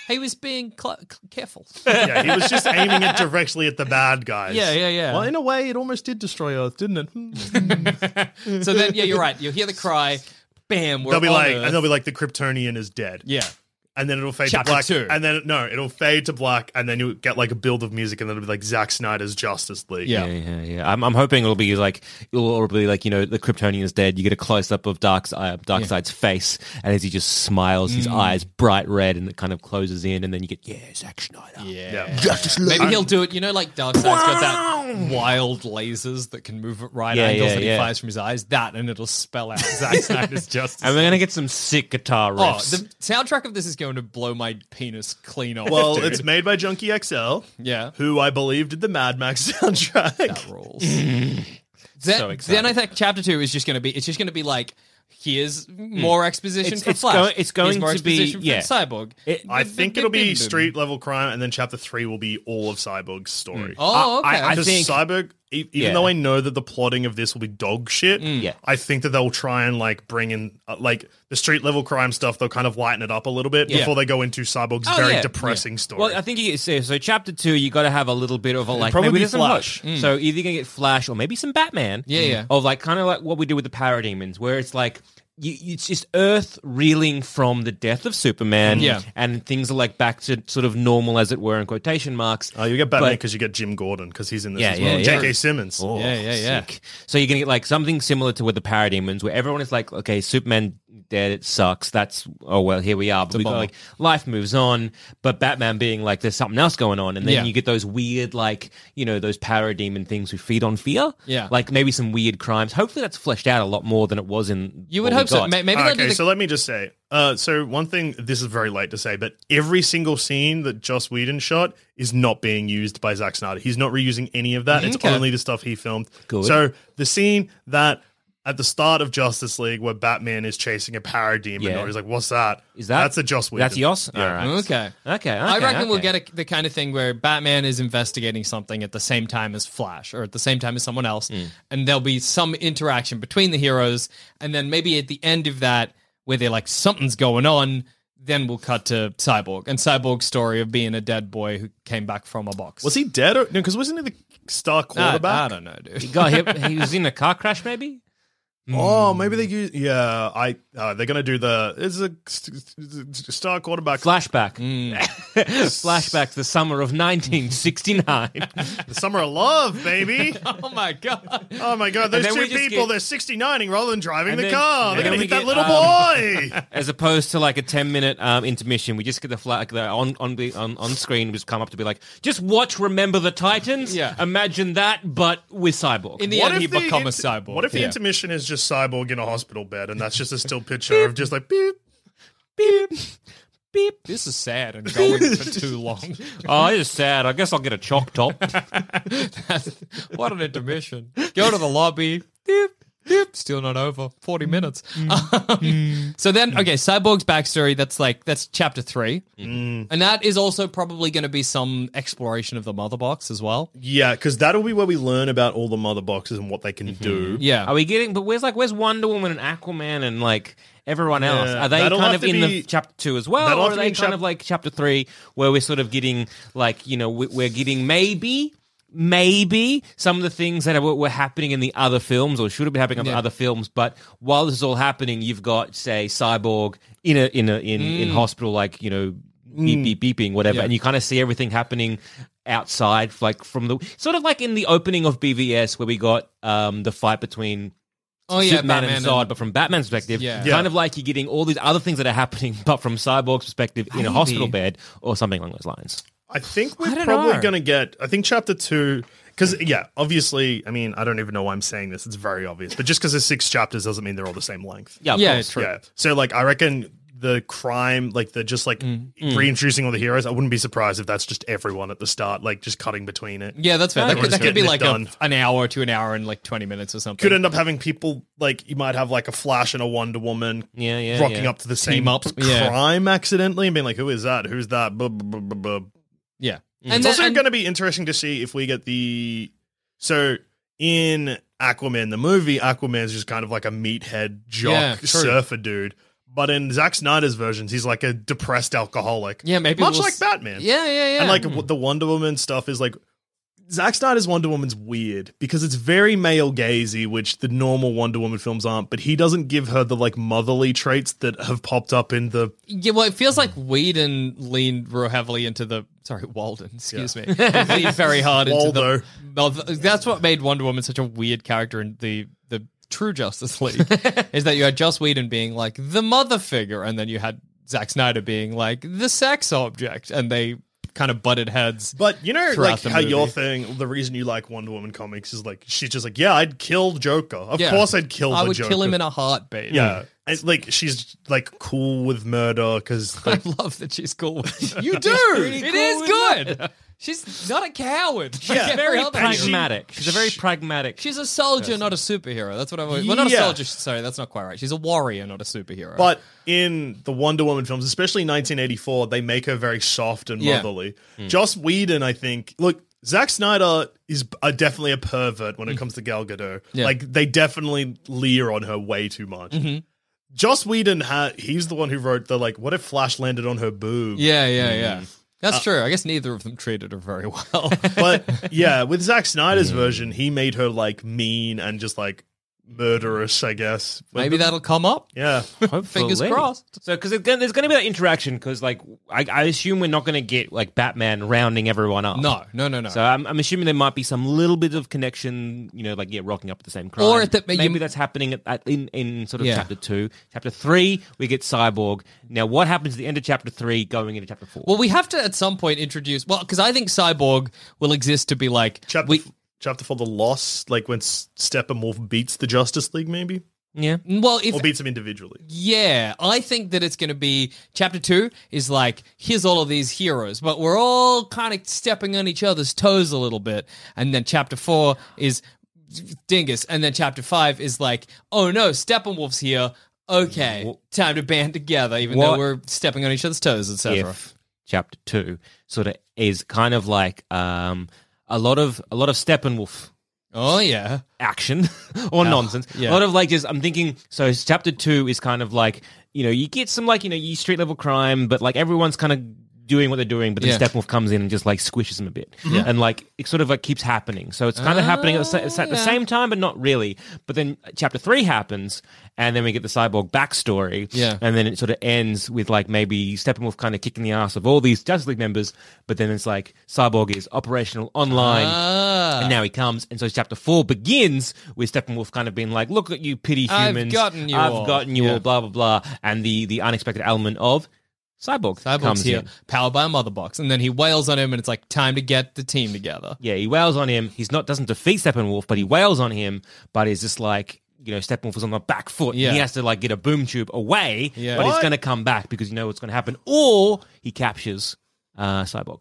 Speaker 2: he was being cl- cl- careful.
Speaker 4: yeah, he was just aiming it directly at the bad guys.
Speaker 2: Yeah, yeah, yeah.
Speaker 4: Well, in a way, it almost did destroy Earth, didn't it? Hmm.
Speaker 2: So then, yeah, you're right. You'll hear the cry. Bam. We're
Speaker 4: they'll be
Speaker 2: on
Speaker 4: like,
Speaker 2: Earth.
Speaker 4: and they'll be like, the Kryptonian is dead.
Speaker 2: yeah.
Speaker 4: And then it'll fade
Speaker 2: Chapter
Speaker 4: to black.
Speaker 2: two.
Speaker 4: And then no, it'll fade to black, and then you get like a build of music, and then it'll be like Zack Snyder's Justice League.
Speaker 2: Yeah.
Speaker 3: Yeah, yeah. I'm, I'm hoping it'll be like it'll, it'll be like you know the Kryptonian is dead. You get a close up of Dark's uh, Darkseid's face, and as he just smiles, his eyes bright red, and it kind of closes in, and then you get yeah, Zack Snyder.
Speaker 2: Yeah.
Speaker 4: Yeah.
Speaker 2: Maybe he'll do it. You know, like Darkseid's got that wild lasers that can move at right
Speaker 3: Yeah,
Speaker 2: angles
Speaker 3: yeah,
Speaker 2: that
Speaker 3: yeah.
Speaker 2: he fires from his eyes. That, and it'll spell out Zack Snyder's Justice.
Speaker 3: And we're gonna get some sick guitar
Speaker 2: Oh,
Speaker 3: riffs.
Speaker 2: the soundtrack of this is going to blow my penis clean off.
Speaker 4: Well,
Speaker 2: dude.
Speaker 4: it's made by Junkie XL,
Speaker 2: yeah.
Speaker 4: who I believe did the Mad Max soundtrack.
Speaker 2: That rolls. then,
Speaker 3: exciting.
Speaker 2: then I think chapter two is just going to be. It's just going to be like. Here's more exposition
Speaker 3: Hmm. It's-
Speaker 2: for
Speaker 3: it's
Speaker 2: Flash.
Speaker 3: going- it's going
Speaker 2: Here's more
Speaker 3: to be-
Speaker 2: exposition for
Speaker 3: yeah.
Speaker 2: Cyborg.
Speaker 3: It-
Speaker 4: I think it'll be street level crime, and then chapter three will be all of Cyborg's story.
Speaker 2: Oh, okay.
Speaker 3: I- I-
Speaker 4: Because
Speaker 3: think-
Speaker 4: Cyborg, e- even
Speaker 3: Yeah.
Speaker 4: though I know that the plotting of this will be dog shit,
Speaker 2: Hmm.
Speaker 3: Yeah.
Speaker 4: I think that they'll try and like bring in uh, like the street level crime stuff. They'll kind of lighten it up a little bit
Speaker 2: Yeah.
Speaker 4: before they go into Cyborg's
Speaker 2: Oh,
Speaker 4: very
Speaker 2: yeah.
Speaker 4: depressing story.
Speaker 3: Well, I think you so, so. Chapter two, you got to have a little bit of a like
Speaker 4: probably be
Speaker 3: maybe there's some Mm. hope.
Speaker 4: Flash.
Speaker 3: So either you're gonna get Flash or maybe some Batman.
Speaker 2: Yeah, yeah.
Speaker 3: Of like kind of like what we do with the Parademons, where it's like. You, you- it's just Earth reeling from the death of Superman,
Speaker 2: Yeah.
Speaker 3: and things are like back to sort of normal, as it were, in quotation marks.
Speaker 4: Oh, you get Batman
Speaker 3: But-
Speaker 4: because you get Jim Gordon because he's in this
Speaker 3: Yeah,
Speaker 4: as well.
Speaker 3: yeah, yeah.
Speaker 4: J.K. Simmons.
Speaker 2: yeah, yeah, yeah.
Speaker 3: Oh, Sick. So you're gonna get like something similar to with the Parademons, where everyone is like, okay, Superman dead, it sucks. That's oh well, here we are. But we got
Speaker 2: bummer.
Speaker 3: like life moves on, but Batman being like, there's something else going on, and then
Speaker 2: Yeah.
Speaker 3: you get those weird like you know those Parademon things who feed on fear.
Speaker 2: Yeah.
Speaker 3: like maybe some weird crimes. Hopefully that's fleshed out a lot more than it was in.
Speaker 2: You would
Speaker 3: what we
Speaker 2: hope so.
Speaker 3: got.
Speaker 2: May- Maybe they'll do
Speaker 4: Okay,
Speaker 2: the
Speaker 4: so let me just say. Uh, so one thing, this is very late to say, but every single scene that Joss Whedon shot is not being used by Zack Snyder. He's not reusing any of that. It's
Speaker 2: Okay.
Speaker 4: only the stuff he filmed. So the scene that at the start of Justice League where Batman is chasing a parademon,
Speaker 3: Yeah.
Speaker 4: or he's like, "What's that?"
Speaker 3: Is that
Speaker 4: that's a Joss Whedon?
Speaker 3: That's Yoss. All right.
Speaker 2: Okay.
Speaker 3: Okay,
Speaker 2: Mm-hmm. I
Speaker 3: okay,
Speaker 2: reckon we'll
Speaker 3: okay.
Speaker 2: get a, the kind of thing where Batman is investigating something at the same time as Flash or at the same time as someone else,
Speaker 3: Hmm.
Speaker 2: and there'll be some interaction between the heroes, and then maybe at the end of that, where they're like something's going on, then we'll cut to Cyborg and Cyborg's story of being a dead boy who came back from a box.
Speaker 4: Was he dead? Or, no, because wasn't he the star
Speaker 2: I,
Speaker 4: quarterback?
Speaker 2: I don't know, dude.
Speaker 3: God, he, he was in a car crash, maybe.
Speaker 2: Hmm.
Speaker 4: Oh, maybe they use. Yeah, I. Uh, they're gonna do the. It's a it's a star quarterback.
Speaker 3: Flashback.
Speaker 2: Mm.
Speaker 3: Flashback to the summer of 1969.
Speaker 4: The summer of love, baby.
Speaker 2: oh my god!
Speaker 4: Oh my god, those
Speaker 3: then
Speaker 4: two
Speaker 3: we just
Speaker 4: people,
Speaker 3: get-
Speaker 4: they're 69ing rather than driving
Speaker 3: And
Speaker 4: the
Speaker 3: then-
Speaker 4: car.
Speaker 3: and
Speaker 4: They're going
Speaker 3: then
Speaker 4: to
Speaker 3: we
Speaker 4: hit that
Speaker 3: get, um,
Speaker 4: little boy.
Speaker 3: as opposed to like a 10 minute um, intermission we just get the flag the on on the on, on screen just come up to be like just watch remember the titans
Speaker 2: Yeah.
Speaker 3: imagine that but with cyborg
Speaker 2: In the end, he become a cyborg.
Speaker 4: What if the
Speaker 2: Yeah.
Speaker 4: intermission is just cyborg in a hospital bed and that's just a still picture of just like beep?
Speaker 3: beep beep
Speaker 2: This is sad and going for too long.
Speaker 3: oh it's sad i guess i'll get a chalk top
Speaker 2: what an intermission. Go to the lobby. Doop, doop. Still not over. 40
Speaker 4: Mm.
Speaker 2: minutes. Um, so then, okay, Cyborg's backstory, that's like, that's chapter three.
Speaker 4: Mm.
Speaker 2: And that is also probably going to be some exploration of the mother box as well.
Speaker 4: Yeah, because that'll be where we learn about all the mother boxes and what they
Speaker 3: Mm-hmm.
Speaker 4: can do.
Speaker 2: Yeah.
Speaker 3: are we getting but where's like where's wonder woman and aquaman and like everyone else
Speaker 4: Yeah,
Speaker 3: are they
Speaker 4: that'll
Speaker 3: kind
Speaker 4: have
Speaker 3: of
Speaker 4: to
Speaker 3: in
Speaker 4: be-
Speaker 3: the chapter two as well
Speaker 4: that'll
Speaker 3: or
Speaker 4: have to
Speaker 3: are
Speaker 4: be
Speaker 3: they
Speaker 4: in
Speaker 3: kind
Speaker 4: chap-
Speaker 3: of like chapter three where we're sort of getting like you know we- we're getting maybe maybe some of the things that were, were happening in the other films or should have been happening in
Speaker 2: Yeah.
Speaker 3: other films but while this is all happening you've got say cyborg in a in a in, in hospital like you know beep beep beeping whatever
Speaker 2: Yeah.
Speaker 3: and you kind of see everything happening outside like from the sort of like in the opening of BVS where we got um the fight between
Speaker 2: oh, yeah.
Speaker 3: Superman
Speaker 2: Batman
Speaker 3: and Zod,
Speaker 2: and-
Speaker 3: but from Batman's perspective,
Speaker 2: Yeah.
Speaker 4: Yeah.
Speaker 3: kind of like you're getting all these other things that are happening, but from Cyborg's perspective in a
Speaker 2: Maybe.
Speaker 3: hospital bed or something along those lines.
Speaker 4: I think
Speaker 3: I
Speaker 4: we're
Speaker 3: don't
Speaker 4: probably
Speaker 3: know.
Speaker 4: going to get, I think chapter two, because, yeah, obviously, I mean, I don't even know why I'm saying this. It's very obvious. But just because there's six chapters doesn't mean they're all the same length.
Speaker 3: Yeah, of
Speaker 2: Yeah,
Speaker 3: course.
Speaker 2: true.
Speaker 4: Yeah. So like I reckon the crime, like the just like
Speaker 2: Mm,
Speaker 4: reintroducing all the heroes, I wouldn't be surprised if that's just everyone at the start, like just cutting between it.
Speaker 2: yeah, that's fair. That, could-
Speaker 4: Everyone's
Speaker 2: that could be
Speaker 4: getting it
Speaker 2: like a,
Speaker 4: done.
Speaker 2: an hour to an hour and like 20 minutes or something.
Speaker 4: Could end up having people like you might have like a Flash and a Wonder Woman,
Speaker 3: Yeah, yeah,
Speaker 4: rocking
Speaker 3: yeah.
Speaker 4: up to the same
Speaker 2: up, yeah.
Speaker 4: crime accidentally and being like, "Who is that? Who's that?" Blah, blah, blah, blah, blah.
Speaker 2: yeah.
Speaker 4: It's
Speaker 2: then-
Speaker 4: also going to be interesting to see if we get the so in Aquaman the movie, Aquaman is just kind of like a meathead jock
Speaker 2: Yeah, true.
Speaker 4: surfer dude. But in Zack Snyder's versions, he's like a depressed alcoholic.
Speaker 2: Yeah, maybe
Speaker 4: much
Speaker 2: we'll
Speaker 4: like
Speaker 2: s-
Speaker 4: Batman.
Speaker 2: Yeah, yeah, Mm. yeah.
Speaker 4: And like w the Wonder Woman stuff is like Zack Snyder's Wonder Woman's weird because it's very male gazy, which the normal Wonder Woman films aren't. But he doesn't give her the like motherly traits that have popped up in the
Speaker 2: Yeah, well, it feels like Whedon leaned real heavily into the sorry Walden, excuse me, leaned very hard
Speaker 4: Waldo.
Speaker 2: into the. Well, that's what made Wonder Woman such a weird character in the the True Justice League is that you had Joss Whedon being like the mother figure, and then you had Zack Snyder being like the sex object, and they kind of butted heads.
Speaker 4: But you know,
Speaker 2: throughout
Speaker 4: like
Speaker 2: the
Speaker 4: how your
Speaker 2: movie.
Speaker 4: thing, the reason you like Wonder Woman comics is like she's just like, yeah, I'd kill Joker. Of
Speaker 2: Yeah.
Speaker 4: course, I'd kill.
Speaker 2: I
Speaker 4: the
Speaker 2: would
Speaker 4: Joker.
Speaker 2: kill him in a heartbeat.
Speaker 4: Yeah. It's like she's like cool with murder because like,
Speaker 2: I love that she's cool. With you do. It is good. She's not a coward.
Speaker 4: Yeah.
Speaker 2: She's
Speaker 4: Very
Speaker 2: very pragmatic.
Speaker 3: pragmatic. She's a very pragmatic.
Speaker 2: She's a soldier, not a superhero. That's what I was. Well, not a
Speaker 4: Yeah.
Speaker 2: soldier. Sorry, that's not quite right. She's a warrior, not a superhero.
Speaker 4: But in the Wonder Woman films, especially 1984, they make her very soft and
Speaker 2: Yeah.
Speaker 4: motherly.
Speaker 2: Hmm.
Speaker 4: Joss Whedon, I think, look, Zack Snyder is uh, definitely a pervert when it comes to Gal Gadot.
Speaker 2: Hmm. Yeah. Mm-hmm.
Speaker 4: Like they definitely leer on her way too much. Joss Whedon, ha- he's the one who wrote the like, what if Flash landed on her boob?
Speaker 2: yeah, yeah, yeah.
Speaker 4: Mm. Uh,
Speaker 2: That's true. I guess neither of them treated her very well.
Speaker 4: But yeah, with Zack Snyder's version, he made her like mean and just like murderous, I guess. With
Speaker 2: Maybe
Speaker 4: the-
Speaker 2: that'll come up.
Speaker 4: Yeah.
Speaker 2: Fingers
Speaker 3: Hopefully.
Speaker 2: crossed.
Speaker 3: So, because there's going to be that interaction, because like I, I assume we're not going to get like Batman rounding everyone up.
Speaker 2: No, no, no, no.
Speaker 3: So I'm, I'm assuming there might be some little bit of connection, you know, like yeah, rocking up at the same crime.
Speaker 2: Or at the- you-
Speaker 3: maybe that's happening at, at, in in sort of
Speaker 2: Yeah.
Speaker 3: chapter two, chapter three. We get Cyborg. Now, what happens at the end of chapter three, going into chapter four?
Speaker 2: well, we have to at some point introduce. Well, because I think Cyborg will exist to be like
Speaker 4: Chapter,
Speaker 2: we.
Speaker 4: chapter for the loss, like when S- Steppenwolf beats the Justice League, maybe?
Speaker 3: yeah,
Speaker 2: Well, if
Speaker 4: or beats them individually.
Speaker 2: Yeah, I think that it's going to be chapter two is like, here's all of these heroes, but we're all kind of stepping on each other's toes a little bit. And then chapter four is Dingus. And then chapter five is like, oh no, Steppenwolf's here. Okay, time to band together, even
Speaker 3: What-
Speaker 2: though we're stepping on each other's toes, etc.
Speaker 3: if chapter two sort of is kind of like um a lot of a lot of Steppenwolf
Speaker 2: Oh, yeah.
Speaker 3: action or nonsense.
Speaker 2: Ah, yeah.
Speaker 3: A lot of like just I'm thinking. So chapter two is kind of like you know you get some like you know you street level crime, but like everyone's kind of doing what they're doing. But then
Speaker 2: Yeah.
Speaker 3: Steppenwolf comes in and just like squishes them a bit, and like it sort of like keeps happening. So it's kind of happening at the, sa- at
Speaker 2: Ah.
Speaker 3: the same time, but not really. But then chapter three happens, and then we get the cyborg backstory,
Speaker 2: Yeah.
Speaker 3: and then it sort of ends with like maybe Steppenwolf kind of kicking the ass of all these Justice League members, but then it's like cyborg is operational online.
Speaker 2: Ah.
Speaker 3: And now he comes, and so chapter four begins with Steppenwolf kind of being like, "Look at you, pity
Speaker 2: I've
Speaker 3: humans!
Speaker 2: gotten you
Speaker 3: I've
Speaker 2: all."
Speaker 3: gotten you
Speaker 2: Yeah.
Speaker 3: all, blah blah blah." And the the unexpected element of cyborg
Speaker 2: Cyborg's
Speaker 3: comes
Speaker 2: here,
Speaker 3: in.
Speaker 2: powered by a mother box. And then he wails on him, and it's like, time to get the team together.
Speaker 3: Yeah, he wails on him. He's not doesn't defeat Steppenwolf,
Speaker 2: Mm.
Speaker 3: but he wails on him. But he's just like you know, Steppenwolf is on the back foot. and
Speaker 2: Yeah.
Speaker 3: he has to like get a boom tube away,
Speaker 2: Yeah.
Speaker 3: but he's
Speaker 4: What?
Speaker 3: going to come back because you know what's going to happen, or he captures uh, cyborg.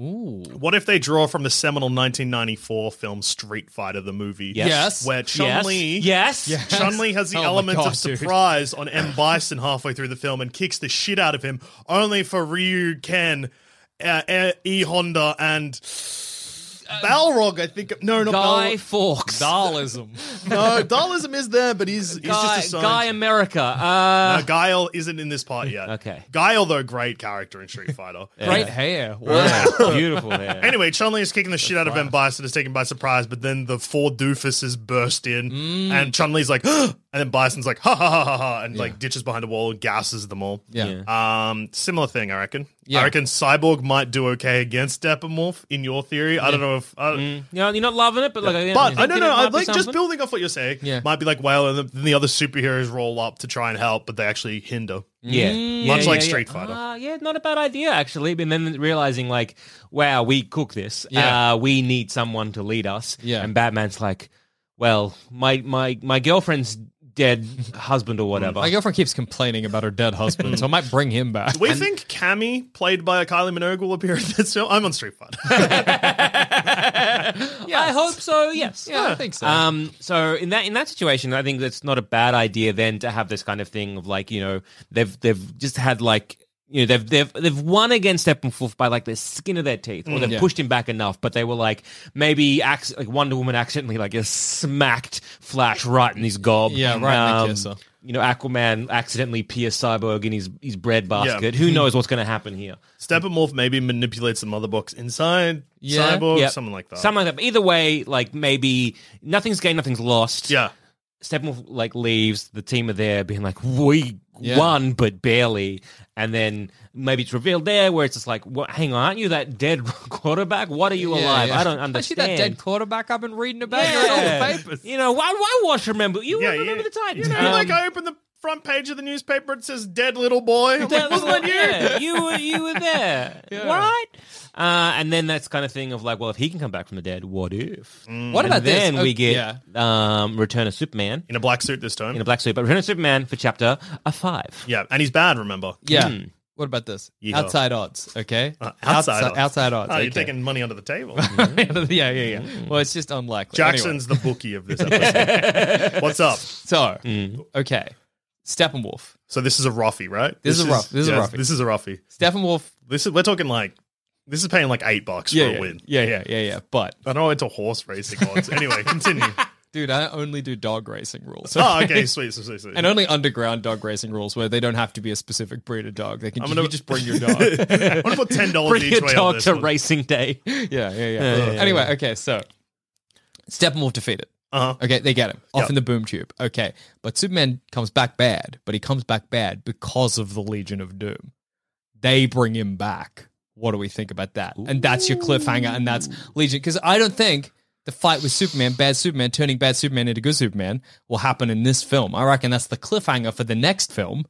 Speaker 2: Ooh.
Speaker 4: What if they draw from the seminal 1994 film Street Fighter, the movie?
Speaker 2: Yes.
Speaker 4: Where Chun
Speaker 3: yes,
Speaker 4: Li.
Speaker 3: yes,
Speaker 4: Chun Li has the
Speaker 2: Oh my
Speaker 4: element
Speaker 2: God,
Speaker 4: of
Speaker 2: dude.
Speaker 4: surprise on M. Bison halfway through the film and kicks the shit out of him, only for Ryu Ken, uh, uh, E. Honda, and Balrog, I think. No, not
Speaker 3: Uh, Guy
Speaker 4: Balrog.
Speaker 3: Fawkes.
Speaker 2: Dalism.
Speaker 4: No, Dalism is there, but he's, he's
Speaker 3: Guy,
Speaker 4: just a sign.
Speaker 3: Guy America. Uh,
Speaker 4: no, Guile isn't in this part yet.
Speaker 3: Okay.
Speaker 4: Guile, though, great character in Street Fighter.
Speaker 2: Great hair. Wow.
Speaker 3: beautiful hair.
Speaker 4: Anyway, Chun Li is kicking the shit out of M. Bison, is taken by surprise, but then the four doofuses burst in,
Speaker 3: Mm.
Speaker 4: and Chun Li's like, and then Bison's like, ha ha ha ha ha, and like ditches behind a wall and gasses them all.
Speaker 2: Yeah.
Speaker 4: Um, similar thing, I reckon.
Speaker 2: Yeah.
Speaker 4: I reckon Cyborg might do okay against Steppenwolf in your theory. I don't know if. Uh,
Speaker 3: You know, you're not loving it, but like, yeah,
Speaker 4: But uh, I
Speaker 3: Mm. think
Speaker 4: don't
Speaker 3: it
Speaker 4: know.
Speaker 3: might
Speaker 4: I
Speaker 3: be
Speaker 4: like just
Speaker 3: something.
Speaker 4: building off what you're saying.
Speaker 2: Yeah.
Speaker 4: Might be like, well, and then the other superheroes roll up to try and help, but they actually hinder.
Speaker 3: Yeah, Mm. Yeah,
Speaker 4: Mm. Much like
Speaker 3: yeah, yeah.
Speaker 4: Street Fighter.
Speaker 3: Ah, yeah, not a bad idea actually. And then realizing like, wow, we cook this.
Speaker 2: Yeah.
Speaker 3: Uh, we need someone to lead us.
Speaker 2: Yeah.
Speaker 3: and Batman's like, well, my my my girlfriend's dead husband or whatever.
Speaker 2: My girlfriend keeps complaining about her dead husband, so I might bring him back.
Speaker 4: Do we think Cammy, played by Kylie Minogue, will appear in this film? I'm on Street Fighter.
Speaker 3: I hope so. Yes.
Speaker 2: Yeah, Mm. I think so.
Speaker 3: Um, so in that in that situation, I think that's not a bad idea then to have this kind of thing of like you know they've they've just had like you know they've they've they've won against Steppenwolf by like the skin of their teeth or they've
Speaker 2: Mm, Yeah.
Speaker 3: pushed him back enough, but they were like maybe acc- like Wonder Woman accidentally like just smacked Flash right in his gob, Um,
Speaker 2: Yeah, right in the kisser.
Speaker 3: you know, Aquaman accidentally pierce Cyborg in his, his bread basket.
Speaker 2: Hmm.
Speaker 3: Who knows what's going to happen here?
Speaker 4: Steppenwolf maybe manipulates the mother box inside
Speaker 2: Yeah.
Speaker 4: Cyborg,
Speaker 3: Yeah.
Speaker 4: something like that.
Speaker 3: Something like that. But either way, like maybe nothing's gained, nothing's lost.
Speaker 4: yeah.
Speaker 3: Steppenwolf like leaves. The team are there, being like, "We
Speaker 2: Yeah.
Speaker 3: won, but barely." And then maybe it's revealed there where it's just like, "What? Hang on, aren't you that dead quarterback? What are you
Speaker 2: Yeah,
Speaker 3: alive?
Speaker 2: yeah.
Speaker 3: I don't understand."
Speaker 2: Actually, that dead quarterback I've been reading about
Speaker 3: Yeah.
Speaker 2: you in all the papers.
Speaker 3: You know why? Why watch? Remember you
Speaker 4: yeah, yeah.
Speaker 3: remember the Titans? Um,
Speaker 4: You know, like
Speaker 2: Um,
Speaker 4: I opened the front page of the newspaper, it says dead little boy. I'm
Speaker 3: That
Speaker 4: like,
Speaker 3: was
Speaker 4: wasn't "Oh, that
Speaker 3: like,
Speaker 4: you?
Speaker 3: yeah, you were you were there, right? Uh, and then that's kind of thing of like, well, if he can come back from the dead, what if?
Speaker 4: Mm.
Speaker 2: What about
Speaker 3: Mm. and then
Speaker 2: this? Oh,
Speaker 3: we get
Speaker 2: yeah.
Speaker 3: um, Return of Superman
Speaker 4: In a black suit this time.
Speaker 3: in a black suit, but Return of Superman for chapter a five.
Speaker 4: yeah, and he's bad, remember?
Speaker 2: Yeah.
Speaker 3: Hmm.
Speaker 2: What about this?
Speaker 4: Yeehaw.
Speaker 2: Outside odds, okay?
Speaker 4: Uh, outside odds.
Speaker 2: Outside odds.
Speaker 4: Oh,
Speaker 2: okay.
Speaker 4: you're taking money under the table.
Speaker 2: yeah, yeah,
Speaker 3: Hmm.
Speaker 2: yeah. Well, it's just unlikely.
Speaker 4: Jackson's the bookie of this episode. What's up?
Speaker 2: Anyway, so,
Speaker 3: Hmm.
Speaker 2: okay. Steppenwolf.
Speaker 4: So this is a roughie, right?
Speaker 2: This is a rough- this is a
Speaker 4: yes,
Speaker 2: roughie.
Speaker 4: This is a roughie.
Speaker 2: Steppenwolf.
Speaker 4: This is we're talking like this is paying like eight bucks
Speaker 2: Yeah,
Speaker 4: for
Speaker 2: yeah,
Speaker 4: a win.
Speaker 2: yeah, yeah, yeah, yeah. But,
Speaker 4: I know I went to horse racing odds. anyway, continue.
Speaker 2: dude, I only do dog racing rules.
Speaker 4: oh, okay, sweet, sweet, sweet. sweet.
Speaker 2: And only underground dog racing rules where they don't have to be a specific breed of dog. They can
Speaker 4: I'm
Speaker 2: ju-
Speaker 4: gonna-
Speaker 2: you just bring your dog.
Speaker 4: I want to put ten dollars
Speaker 3: Bring
Speaker 4: each
Speaker 3: your
Speaker 4: way on
Speaker 3: dog
Speaker 4: this
Speaker 3: to
Speaker 4: one.
Speaker 3: racing day.
Speaker 2: Yeah, yeah, yeah. anyway, okay, so Steppenwolf defeated.
Speaker 4: Uh-huh.
Speaker 2: Okay, they get him off
Speaker 4: Yep.
Speaker 2: in the boom tube. Okay, but Superman comes back bad, but he comes back bad because of the Legion of Doom. They bring him back. What do we think about that? And that's your cliffhanger, and that's Legion. Because I don't think the fight with Superman, bad Superman, turning bad Superman into good Superman, will happen in this film. I reckon that's the cliffhanger for the next film.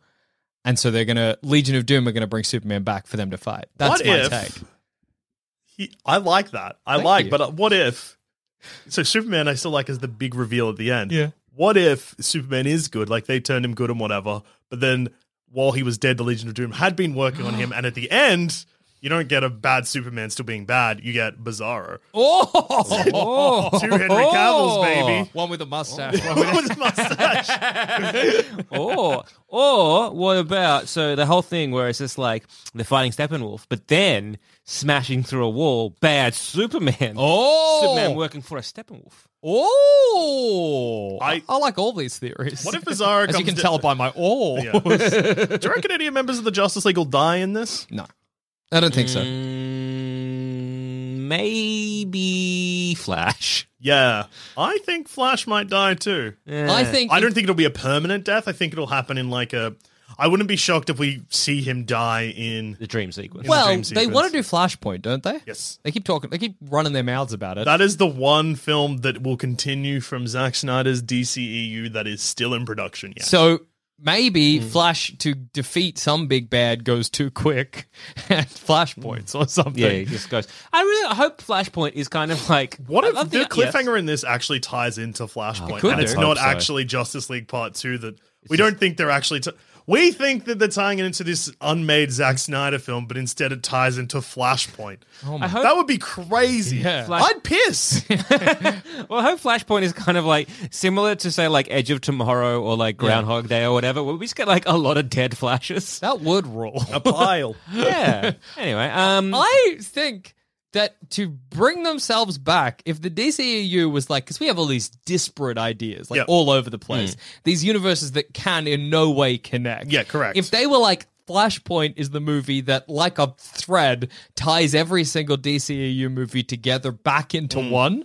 Speaker 2: And so they're gonna Legion of Doom are gonna bring Superman back for them to fight. That's
Speaker 4: What
Speaker 2: my
Speaker 4: if-
Speaker 2: take.
Speaker 4: He, I like that. I
Speaker 2: Thank
Speaker 4: like,
Speaker 2: you.
Speaker 4: but uh, what if? So Superman, I still like as the big reveal at the end.
Speaker 2: Yeah.
Speaker 4: What if Superman is good? Like they turned him good and whatever, but then while he was dead, the Legion of Doom had been working on him, and at the end, you don't get a bad Superman still being bad. You get Bizarro.
Speaker 2: Oh,
Speaker 4: Two Henry Cavill's, baby.
Speaker 2: One with a mustache. one with-
Speaker 4: With a mustache.
Speaker 3: or Oh. or what about so the whole thing where it's just like they're fighting Steppenwolf, but then smashing through a wall, bad Superman.
Speaker 2: Oh,
Speaker 3: Superman working for a Steppenwolf.
Speaker 2: Oh, I,
Speaker 4: I-
Speaker 2: I like all these theories.
Speaker 4: What if Bizarro
Speaker 2: As
Speaker 4: comes
Speaker 2: you can
Speaker 4: to-
Speaker 2: tell by my oh.
Speaker 4: Yeah. Do you reckon any members of the Justice League will die in this?
Speaker 2: No, I don't think so.
Speaker 3: Mm, maybe Flash.
Speaker 4: Yeah, I think Flash might die too.
Speaker 2: I think
Speaker 4: I don't think it'll be a permanent death. I think it'll happen in like a. I wouldn't be shocked if we see him die in.
Speaker 3: The dream sequence.
Speaker 4: Well-
Speaker 2: Well,
Speaker 4: dream
Speaker 2: they
Speaker 4: sequence.
Speaker 2: want to do Flashpoint, don't they?
Speaker 4: Yes.
Speaker 2: They keep talking. They keep running their mouths about it.
Speaker 4: That is the one film that will continue from Zack Snyder's DCEU that is still in production yet.
Speaker 2: So maybe Flash to defeat some big bad goes too quick and Flashpoints or something.
Speaker 3: yeah, it just goes. I really hope Flashpoint is kind of like
Speaker 4: what
Speaker 3: I
Speaker 4: if
Speaker 3: love
Speaker 4: the
Speaker 3: yes.
Speaker 4: cliffhanger in this actually ties into Flashpoint?
Speaker 2: could
Speaker 4: and
Speaker 2: do.
Speaker 4: it's
Speaker 2: I
Speaker 4: not
Speaker 3: hope so.
Speaker 4: actually Justice League Part 2 that we don't think they're actually. T- we think that they're tying it into this unmade Zack Snyder film, but instead it ties into Flashpoint.
Speaker 3: I hope
Speaker 4: that would be crazy.
Speaker 2: Yeah.
Speaker 3: Flash-
Speaker 4: I'd piss.
Speaker 3: Well, I hope Flashpoint is kind of like similar to say like Edge of Tomorrow or like Groundhog Day or whatever, where we just get like a lot of dead flashes.
Speaker 2: That would rule.
Speaker 4: a pile.
Speaker 3: yeah. Anyway,
Speaker 4: Mm.
Speaker 3: um,
Speaker 2: I think that to bring themselves back, if the DCEU was like, because we have all these disparate ideas, like
Speaker 4: Yep.
Speaker 2: all over the place, these universes that can in no way connect.
Speaker 4: Yeah, correct.
Speaker 2: If they were like, Flashpoint is the movie that, like a thread, ties every single DCEU movie together back into
Speaker 4: Mm.
Speaker 2: one.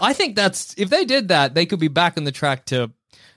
Speaker 2: I think that's if they did that, they could be back on the track to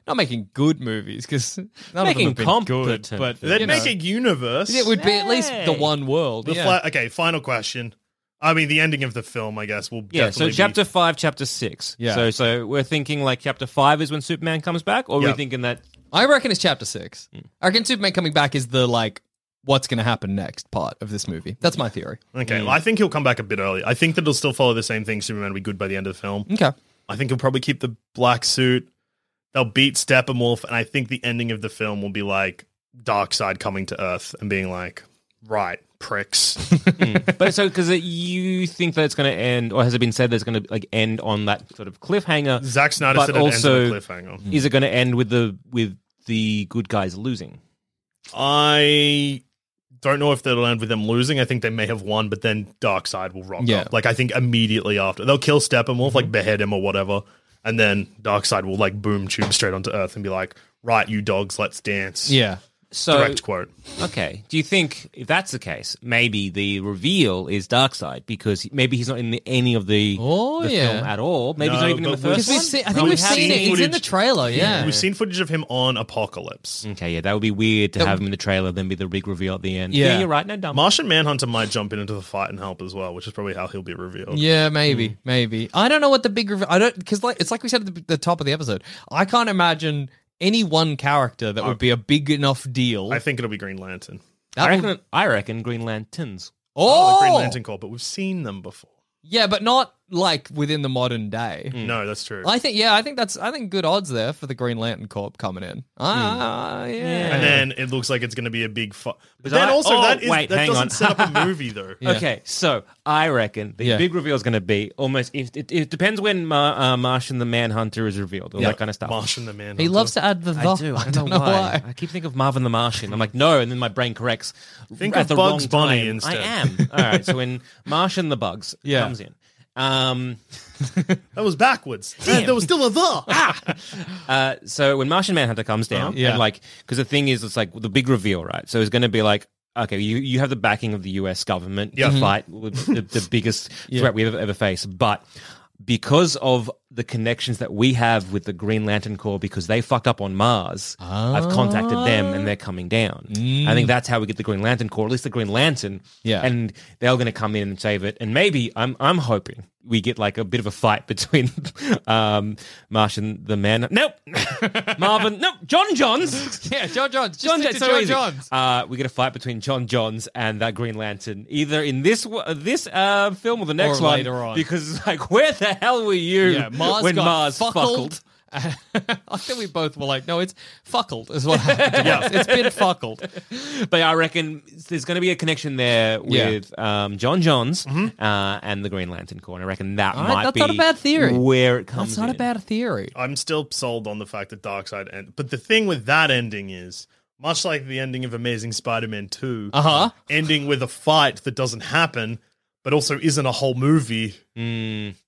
Speaker 2: not making good movies because none
Speaker 3: Making
Speaker 2: of them have been
Speaker 3: competent
Speaker 2: good, but
Speaker 4: They'd
Speaker 2: you know,
Speaker 4: make a universe.
Speaker 2: it would be at least the one world.
Speaker 4: The
Speaker 2: yeah.
Speaker 4: fla- okay, final question. I mean, the ending of the film, I guess, will
Speaker 3: yeah. So
Speaker 4: definitely
Speaker 3: chapter five, chapter six.
Speaker 2: Yeah.
Speaker 3: So so we're thinking like chapter five is when Superman comes back, or we're
Speaker 4: Yeah.
Speaker 3: thinking that
Speaker 2: I reckon it's chapter six.
Speaker 4: Hmm.
Speaker 2: I reckon Superman coming back is the like what's going to happen next part of this movie. That's my theory.
Speaker 4: be. Okay,
Speaker 3: Mm.
Speaker 4: well, I think he'll come back a bit early. I think that it'll still follow the same thing. Superman will be good by the end of the film.
Speaker 2: Okay.
Speaker 4: I think he'll probably keep the black suit. They'll beat Steppenwolf, and I think the ending of the film will be like Darkseid coming to Earth and being like, right, pricks.
Speaker 3: But so because you think that it's going to end, or has it been said that it's going to like end on that sort of cliffhanger?
Speaker 4: Zack Snyder
Speaker 3: But
Speaker 4: said it ends on a
Speaker 3: also-
Speaker 4: cliffhanger.
Speaker 3: Is it going to end with the with the good guys losing?
Speaker 4: I don't know if that'll end with them losing. I think they may have won, but then Darkseid will rock
Speaker 2: Yeah. Mhm.
Speaker 4: up. Like I think immediately after they'll kill Steppenwolf, like behead him or whatever, and then Darkseid will like boom tube straight onto Earth and be like, right, you dogs, let's dance.
Speaker 2: Yeah.
Speaker 3: So
Speaker 4: Direct quote.
Speaker 3: Okay. Do you think if that's the case, maybe the reveal is Darkseid because maybe he's not in the, any of the,
Speaker 2: Oh,
Speaker 3: the
Speaker 2: yeah.
Speaker 3: film at all? Maybe he's
Speaker 4: No,
Speaker 3: not even in the
Speaker 4: but we've
Speaker 2: Because
Speaker 3: first
Speaker 2: we've
Speaker 3: one.
Speaker 2: seen, I
Speaker 4: No,
Speaker 2: think we've
Speaker 4: we've
Speaker 2: seen
Speaker 4: seen
Speaker 2: it. He's in the
Speaker 4: footage.
Speaker 2: trailer. Yeah. Mm.
Speaker 4: We've seen footage of him on Apocalypse.
Speaker 3: Okay, yeah, that would be weird to have him in the trailer, then be the big reveal at the end.
Speaker 2: Yeah.
Speaker 3: Yeah, you're right. No, dumb.
Speaker 4: Martian Manhunter might jump in into the fight and help as well, which is probably how he'll be revealed.
Speaker 2: Yeah,
Speaker 4: Hmm.
Speaker 2: maybe, maybe. I don't know what the big reveal. I don't because like it's like we said at the, the top of the episode. I can't imagine any one character that would be a big enough deal.
Speaker 4: I think it'll be Green Lantern.
Speaker 2: That
Speaker 3: I
Speaker 2: would-
Speaker 3: reckon. I reckon Green Lanterns.
Speaker 2: oh,
Speaker 4: The Green Lantern Corps, but we've seen them before.
Speaker 2: yeah, but not like within the modern day.
Speaker 4: No, that's true.
Speaker 2: Mm. I think yeah, I think that's I think good odds there for the Green Lantern Corp coming in. Ah, yeah.
Speaker 4: Hmm. and then it looks like it's going to be a big fight. But
Speaker 3: But
Speaker 4: then
Speaker 3: I-
Speaker 4: also,
Speaker 3: oh,
Speaker 4: that, is,
Speaker 3: wait,
Speaker 4: that
Speaker 3: hang
Speaker 4: doesn't
Speaker 3: on.
Speaker 4: set up a movie, though.
Speaker 2: Yeah.
Speaker 3: Okay, so I reckon the
Speaker 2: Yeah.
Speaker 3: big reveal is going to be almost. If, it, it depends when Mar- uh, Martian the Manhunter is revealed, all
Speaker 4: Yeah.
Speaker 3: that kind of stuff.
Speaker 4: Martian the Man.
Speaker 2: He loves to add the the.
Speaker 3: I do. I don't, know, why. I keep thinking of Marvin the Martian. I'm like, no, and then my brain corrects.
Speaker 4: Think
Speaker 3: at
Speaker 4: of
Speaker 3: the
Speaker 4: Bugs
Speaker 3: wrong
Speaker 4: Bunny
Speaker 3: time.
Speaker 4: instead.
Speaker 3: I am. All right. So when Martian the Bugs
Speaker 2: Yeah.
Speaker 3: comes in, um,
Speaker 4: That was backwards. There, there was still a the.
Speaker 3: uh, so when Martian Manhunter comes down,
Speaker 2: Uh-huh. Yeah.
Speaker 3: and like, because the thing is, it's like the big reveal, right? So it's going to be like, okay, you, you have the backing of the U.S. government
Speaker 2: Mm-hmm.
Speaker 3: to fight with the, the biggest threat we ever ever face, but. Because of the connections that we have with the Green Lantern Corps, because they fucked up on Mars, I've contacted them and they're coming down. I think that's how we get the Green Lantern Corps, at least the Green Lantern.
Speaker 2: Mm. Yeah.
Speaker 3: And they're going to come in and save it. And maybe I'm I'm hoping we get like a bit of a fight between um, Marsh and the man. Nope. Marvin. Nope. John Johns.
Speaker 2: Yeah, John Johns. Just
Speaker 3: John
Speaker 2: stick
Speaker 3: Johns.
Speaker 2: to
Speaker 3: So
Speaker 2: John
Speaker 3: easy.
Speaker 2: Johns.
Speaker 3: Uh, we get a fight between John Johns and that Green Lantern, either in this w- uh, this uh, film or the next
Speaker 2: Or
Speaker 3: one.
Speaker 2: later on.
Speaker 3: Because it's like, where the hell were you
Speaker 2: Yeah, Mars
Speaker 3: when
Speaker 2: got
Speaker 3: Mars
Speaker 2: fuckled.
Speaker 3: fuckled?
Speaker 2: I think we both were like, no, it's fuckled is what happened. yeah, it's been fuckled.
Speaker 3: But I reckon there's going to be a connection there
Speaker 2: Yeah. Mm-hmm.
Speaker 3: with um, John Johns uh, and the Green Lantern Corps. And I reckon that
Speaker 2: All right,
Speaker 3: might
Speaker 2: that's
Speaker 3: be
Speaker 2: not a bad theory.
Speaker 3: where it comes.
Speaker 2: That's not
Speaker 3: in.
Speaker 2: a bad theory.
Speaker 4: I'm still sold on the fact that Darkseid end. But the thing with that ending is, much like the ending of Amazing Spider-Man 2,
Speaker 2: Uh huh.
Speaker 4: ending with a fight that doesn't happen, but also isn't a whole movie.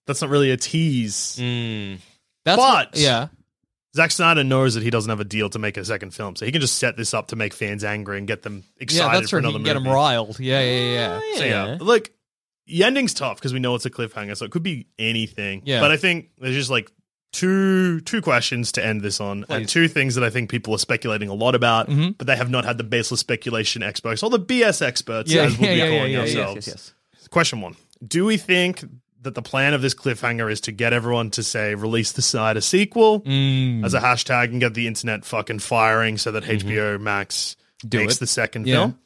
Speaker 4: That's not really a tease.
Speaker 3: Mm.
Speaker 2: That's what-
Speaker 4: But-
Speaker 2: yeah,
Speaker 4: Zack Snyder knows that he doesn't have a deal to make a second film, so he can just set this up to make fans angry and get them excited
Speaker 2: yeah, that's
Speaker 4: for
Speaker 2: where you
Speaker 4: another
Speaker 2: can
Speaker 4: movie.
Speaker 2: get them riled. Yeah, yeah, Oh, yeah.
Speaker 4: So, yeah, like the ending's tough because we know it's a cliffhanger, so it could be anything.
Speaker 2: Yeah.
Speaker 4: but I think there's just like two two questions to end this on, and
Speaker 2: Please. Mm-hmm.
Speaker 4: two things that I think people are speculating a lot about, but they have not had the baseless speculation experts or the BS experts,
Speaker 2: Yeah,
Speaker 4: as we'll
Speaker 2: yeah,
Speaker 4: be
Speaker 2: yeah,
Speaker 4: calling
Speaker 2: yeah, yeah, yes,
Speaker 4: ourselves. Question one: Do we think? That the plan of this cliffhanger is to get everyone to say release the Snyder
Speaker 2: Mm.
Speaker 4: sequel,
Speaker 3: Mm.
Speaker 4: as a hashtag and get the internet fucking firing so that HBO Max makes
Speaker 2: Mm-hmm. it.
Speaker 4: the second
Speaker 2: Yeah.
Speaker 4: film.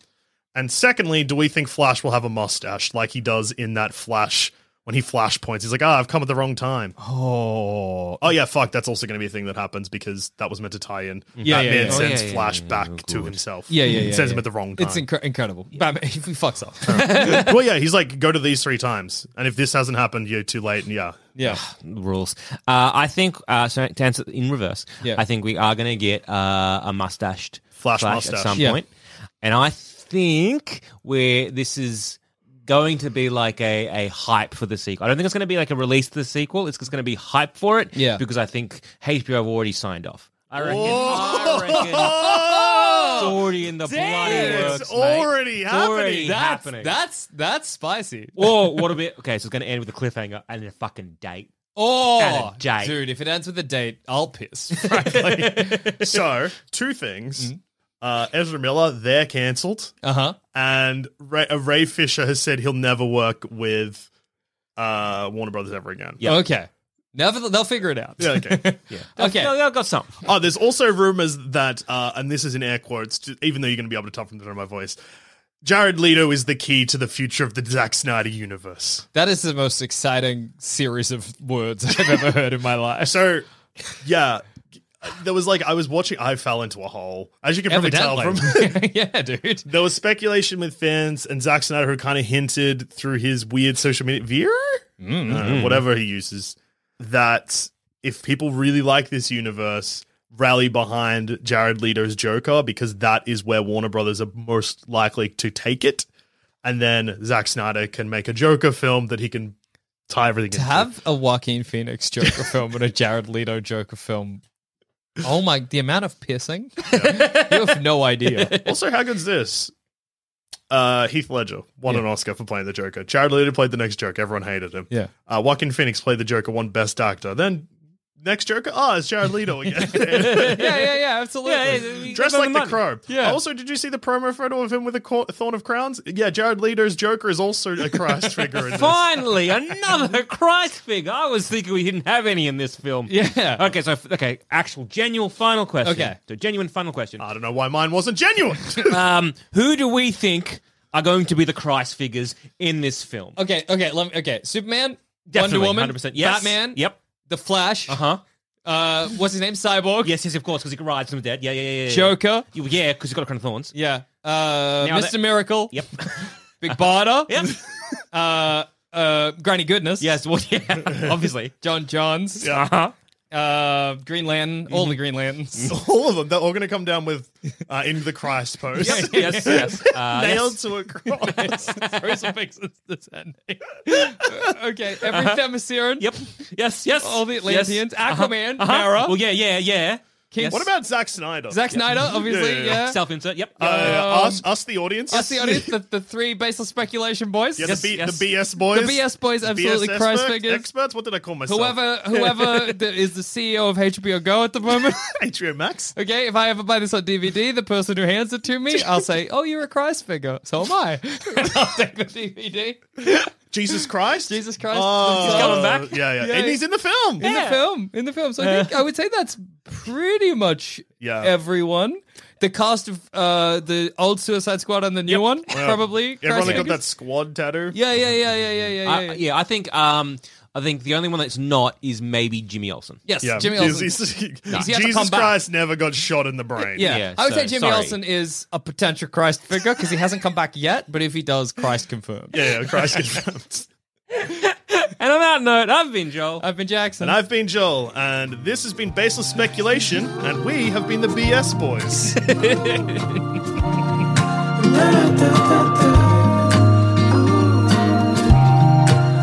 Speaker 4: And secondly, do we think Flash will have a mustache like he does in that Flash when he flash points? He's like, ah, I've come at the wrong time.
Speaker 2: Oh,
Speaker 4: Oh yeah, fuck. That's also going to be a thing that happens because that was meant to tie in.
Speaker 2: Mm-hmm. Yeah, yeah,
Speaker 4: Batman
Speaker 2: yeah.
Speaker 4: sends
Speaker 3: Oh, yeah, yeah,
Speaker 4: Flash
Speaker 3: yeah,
Speaker 4: back
Speaker 3: yeah,
Speaker 4: to
Speaker 3: good.
Speaker 4: himself.
Speaker 2: yeah, yeah, yeah.
Speaker 4: Sends
Speaker 2: yeah.
Speaker 4: him at the wrong time.
Speaker 2: It's inc- incredible. Batman, he fucks up.
Speaker 4: well, yeah, he's like, go to these three times, and if this hasn't happened, you're too late. And yeah,
Speaker 2: yeah,
Speaker 3: rules. Uh, I think uh, so to answer in reverse.
Speaker 2: Yeah.
Speaker 3: I think we are going to get uh, a mustached
Speaker 4: Flash
Speaker 3: at
Speaker 4: mustache.
Speaker 3: some
Speaker 2: Yeah.
Speaker 3: point. and I think where this is going to be like a, a hype for the sequel. I don't think it's going to be like a release to the sequel. It's just going to be hype for it.
Speaker 2: Yeah.
Speaker 3: because I think HBO have already signed off. I reckon.
Speaker 4: Oh!
Speaker 3: I reckon it's already in the bloody works.
Speaker 4: it's
Speaker 3: mate.
Speaker 4: already
Speaker 3: It's
Speaker 4: happening.
Speaker 3: already happening.
Speaker 2: that's that's spicy.
Speaker 3: or what a bit. Okay, so it's going to end with a cliffhanger and a fucking date.
Speaker 2: Oh,
Speaker 3: And a date.
Speaker 2: dude, if it ends with a date, I'll piss.
Speaker 4: so two things. Uh, Ezra Miller, they're cancelled.
Speaker 2: uh huh.
Speaker 4: and Ray, uh, Ray Fisher has said he'll never work with uh, Warner Brothers ever again.
Speaker 3: Yeah.
Speaker 2: Okay. Never, they'll figure it out.
Speaker 4: Yeah, okay.
Speaker 2: Okay.
Speaker 3: No, I've got some.
Speaker 4: oh, there's also rumors that, uh, and this is in air quotes, t- even though you're going to be able to tell from the tone of my voice, Jared Leto is the key to the future of the Zack Snyder universe.
Speaker 2: That is the most exciting series of words I've ever heard in my life.
Speaker 4: So, yeah, uh, there was like, I was watching, I fell into a hole. As you can probably tell from.
Speaker 2: yeah, dude.
Speaker 4: There was speculation with fans and Zack Snyder who kind of hinted through his weird social media veer, Uh, whatever he uses, that if people really like this universe, rally behind Jared Leto's Joker because that is where Warner Brothers are most likely to take it, and then Zack Snyder can make a Joker film that he can tie everything
Speaker 2: To
Speaker 4: into.
Speaker 2: have a Joaquin Phoenix Joker film and a Jared Leto Joker film Oh my, the amount of pissing. You have no idea.
Speaker 4: also, how good's this? Uh, Heath Ledger won an Oscar for playing the Joker. Jared Leto played the next Joker. Everyone hated him.
Speaker 2: Yeah.
Speaker 4: Uh, Joaquin Phoenix played the Joker, won Best Actor. Then next Joker, oh, it's Jared Leto again.
Speaker 2: Yeah, yeah, yeah, absolutely.
Speaker 4: Dressed like the crow. Oh,
Speaker 2: Yeah.
Speaker 4: Also, did you see the promo photo of him with a cor- thorn of crowns? Yeah, Jared Leto's Joker is also a Christ figure in this.
Speaker 3: Finally, another Christ figure. I was thinking we didn't have any in this film.
Speaker 2: Yeah.
Speaker 3: Okay, so f- okay, actual genuine final question.
Speaker 2: Okay.
Speaker 3: So genuine final question.
Speaker 4: I don't know why mine wasn't genuine.
Speaker 3: Um, who do we think are going to be the Christ figures in this film?
Speaker 2: Okay, okay, let me, okay. Superman,
Speaker 3: Definitely,
Speaker 2: Wonder Woman,
Speaker 3: 100%. Yes.
Speaker 2: Batman,
Speaker 3: Yep.
Speaker 2: The Flash,
Speaker 3: Uh huh.
Speaker 2: uh, what's his name? Cyborg,
Speaker 3: Yes, yes, of course, because he can rise from the dead. Yeah, yeah, yeah. yeah.
Speaker 2: Joker,
Speaker 3: You- Yeah, because he's got a crown of thorns.
Speaker 2: yeah, uh,
Speaker 3: Now
Speaker 2: Mr.
Speaker 3: that-
Speaker 2: Miracle,
Speaker 3: Yep.
Speaker 2: Big Barda,
Speaker 3: yep.
Speaker 2: uh, uh, Granny Goodness,
Speaker 3: yes. Well, yeah. Obviously.
Speaker 2: John Johns,
Speaker 3: Uh huh.
Speaker 2: uh, Green Lantern, all the Green Lanterns.
Speaker 4: all of them. They're all going to come down with uh, in the Christ pose.
Speaker 3: yes. Yes. Uh,
Speaker 4: Nailed to a cross.
Speaker 2: Crucifix is the sad name. okay, every
Speaker 4: Uh-huh.
Speaker 2: Themysciran,
Speaker 3: Yep. Yes. Yes.
Speaker 2: all the
Speaker 3: Yes.
Speaker 2: Atlanteans, Aquaman,
Speaker 3: Uh-huh.
Speaker 2: Mara,
Speaker 3: Well, yeah, yeah, yeah.
Speaker 2: King-
Speaker 4: what about Zack Snyder?
Speaker 2: Zack Snyder? Obviously,
Speaker 4: Yeah,
Speaker 2: yeah.
Speaker 4: yeah, yeah.
Speaker 3: Self insert. Yep.
Speaker 4: Uh,
Speaker 2: Um,
Speaker 4: us, us, the audience.
Speaker 2: That's the audience, the, the three baseless speculation boys.
Speaker 4: Yeah,
Speaker 2: Yes,
Speaker 4: the, B,
Speaker 2: yes.
Speaker 4: the BS boys.
Speaker 2: The BS boys, absolutely
Speaker 4: BS
Speaker 2: Christ
Speaker 4: experts-
Speaker 2: figures.
Speaker 4: Experts? What did I call myself?
Speaker 2: Whoever, whoever that is the CEO of HBO Go at the moment.
Speaker 4: Atrio Max.
Speaker 2: Okay, if I ever buy this on DVD, the person who hands it to me, I'll say, "Oh, you're a Christ figure." So am I. I'll take the DVD.
Speaker 4: Jesus Christ.
Speaker 2: Jesus Christ.
Speaker 4: Oh,
Speaker 2: He's coming back.
Speaker 4: Yeah, yeah,
Speaker 2: Yeah.
Speaker 4: And he's in the film.
Speaker 2: In the film, in the film. So I think I would say that's pretty much
Speaker 4: Yeah.
Speaker 2: everyone. The cast of uh, the old Suicide Squad and the new one, probably.
Speaker 4: Everyone
Speaker 2: Christ
Speaker 4: that got
Speaker 2: figures.
Speaker 4: that squad tattoo.
Speaker 2: Yeah, yeah, yeah, yeah, yeah, yeah,
Speaker 3: I,
Speaker 2: yeah.
Speaker 3: yeah, I think. Um, I think the only one that's not is maybe Jimmy Olsen.
Speaker 2: Yes,
Speaker 4: Yeah,
Speaker 2: Jimmy
Speaker 4: he's-
Speaker 2: Olsen.
Speaker 4: he's-
Speaker 2: He's yet to come
Speaker 4: Jesus
Speaker 2: back.
Speaker 4: Christ never got shot in the brain.
Speaker 2: Yeah.
Speaker 3: Yeah,
Speaker 2: I would
Speaker 3: so-
Speaker 2: say Jimmy
Speaker 3: sorry.
Speaker 2: Olsen is a potential Christ figure because he hasn't come back yet. But if he does, Christ confirmed.
Speaker 4: yeah, yeah, Christ confirmed.
Speaker 3: And on that note, I've been Joel.
Speaker 2: I've been Jackson.
Speaker 4: And I've been Joel, and this has been Baseless Speculation, and we have been the BS Boys.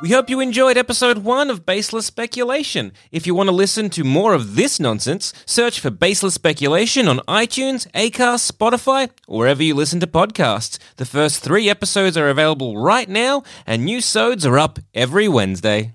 Speaker 3: We hope you enjoyed episode one of Baseless Speculation. If you want to listen to more of this nonsense, search for Baseless Speculation on iTunes, Acast, Spotify, or wherever you listen to podcasts. The first three episodes are available right now, and new sods are up every Wednesday.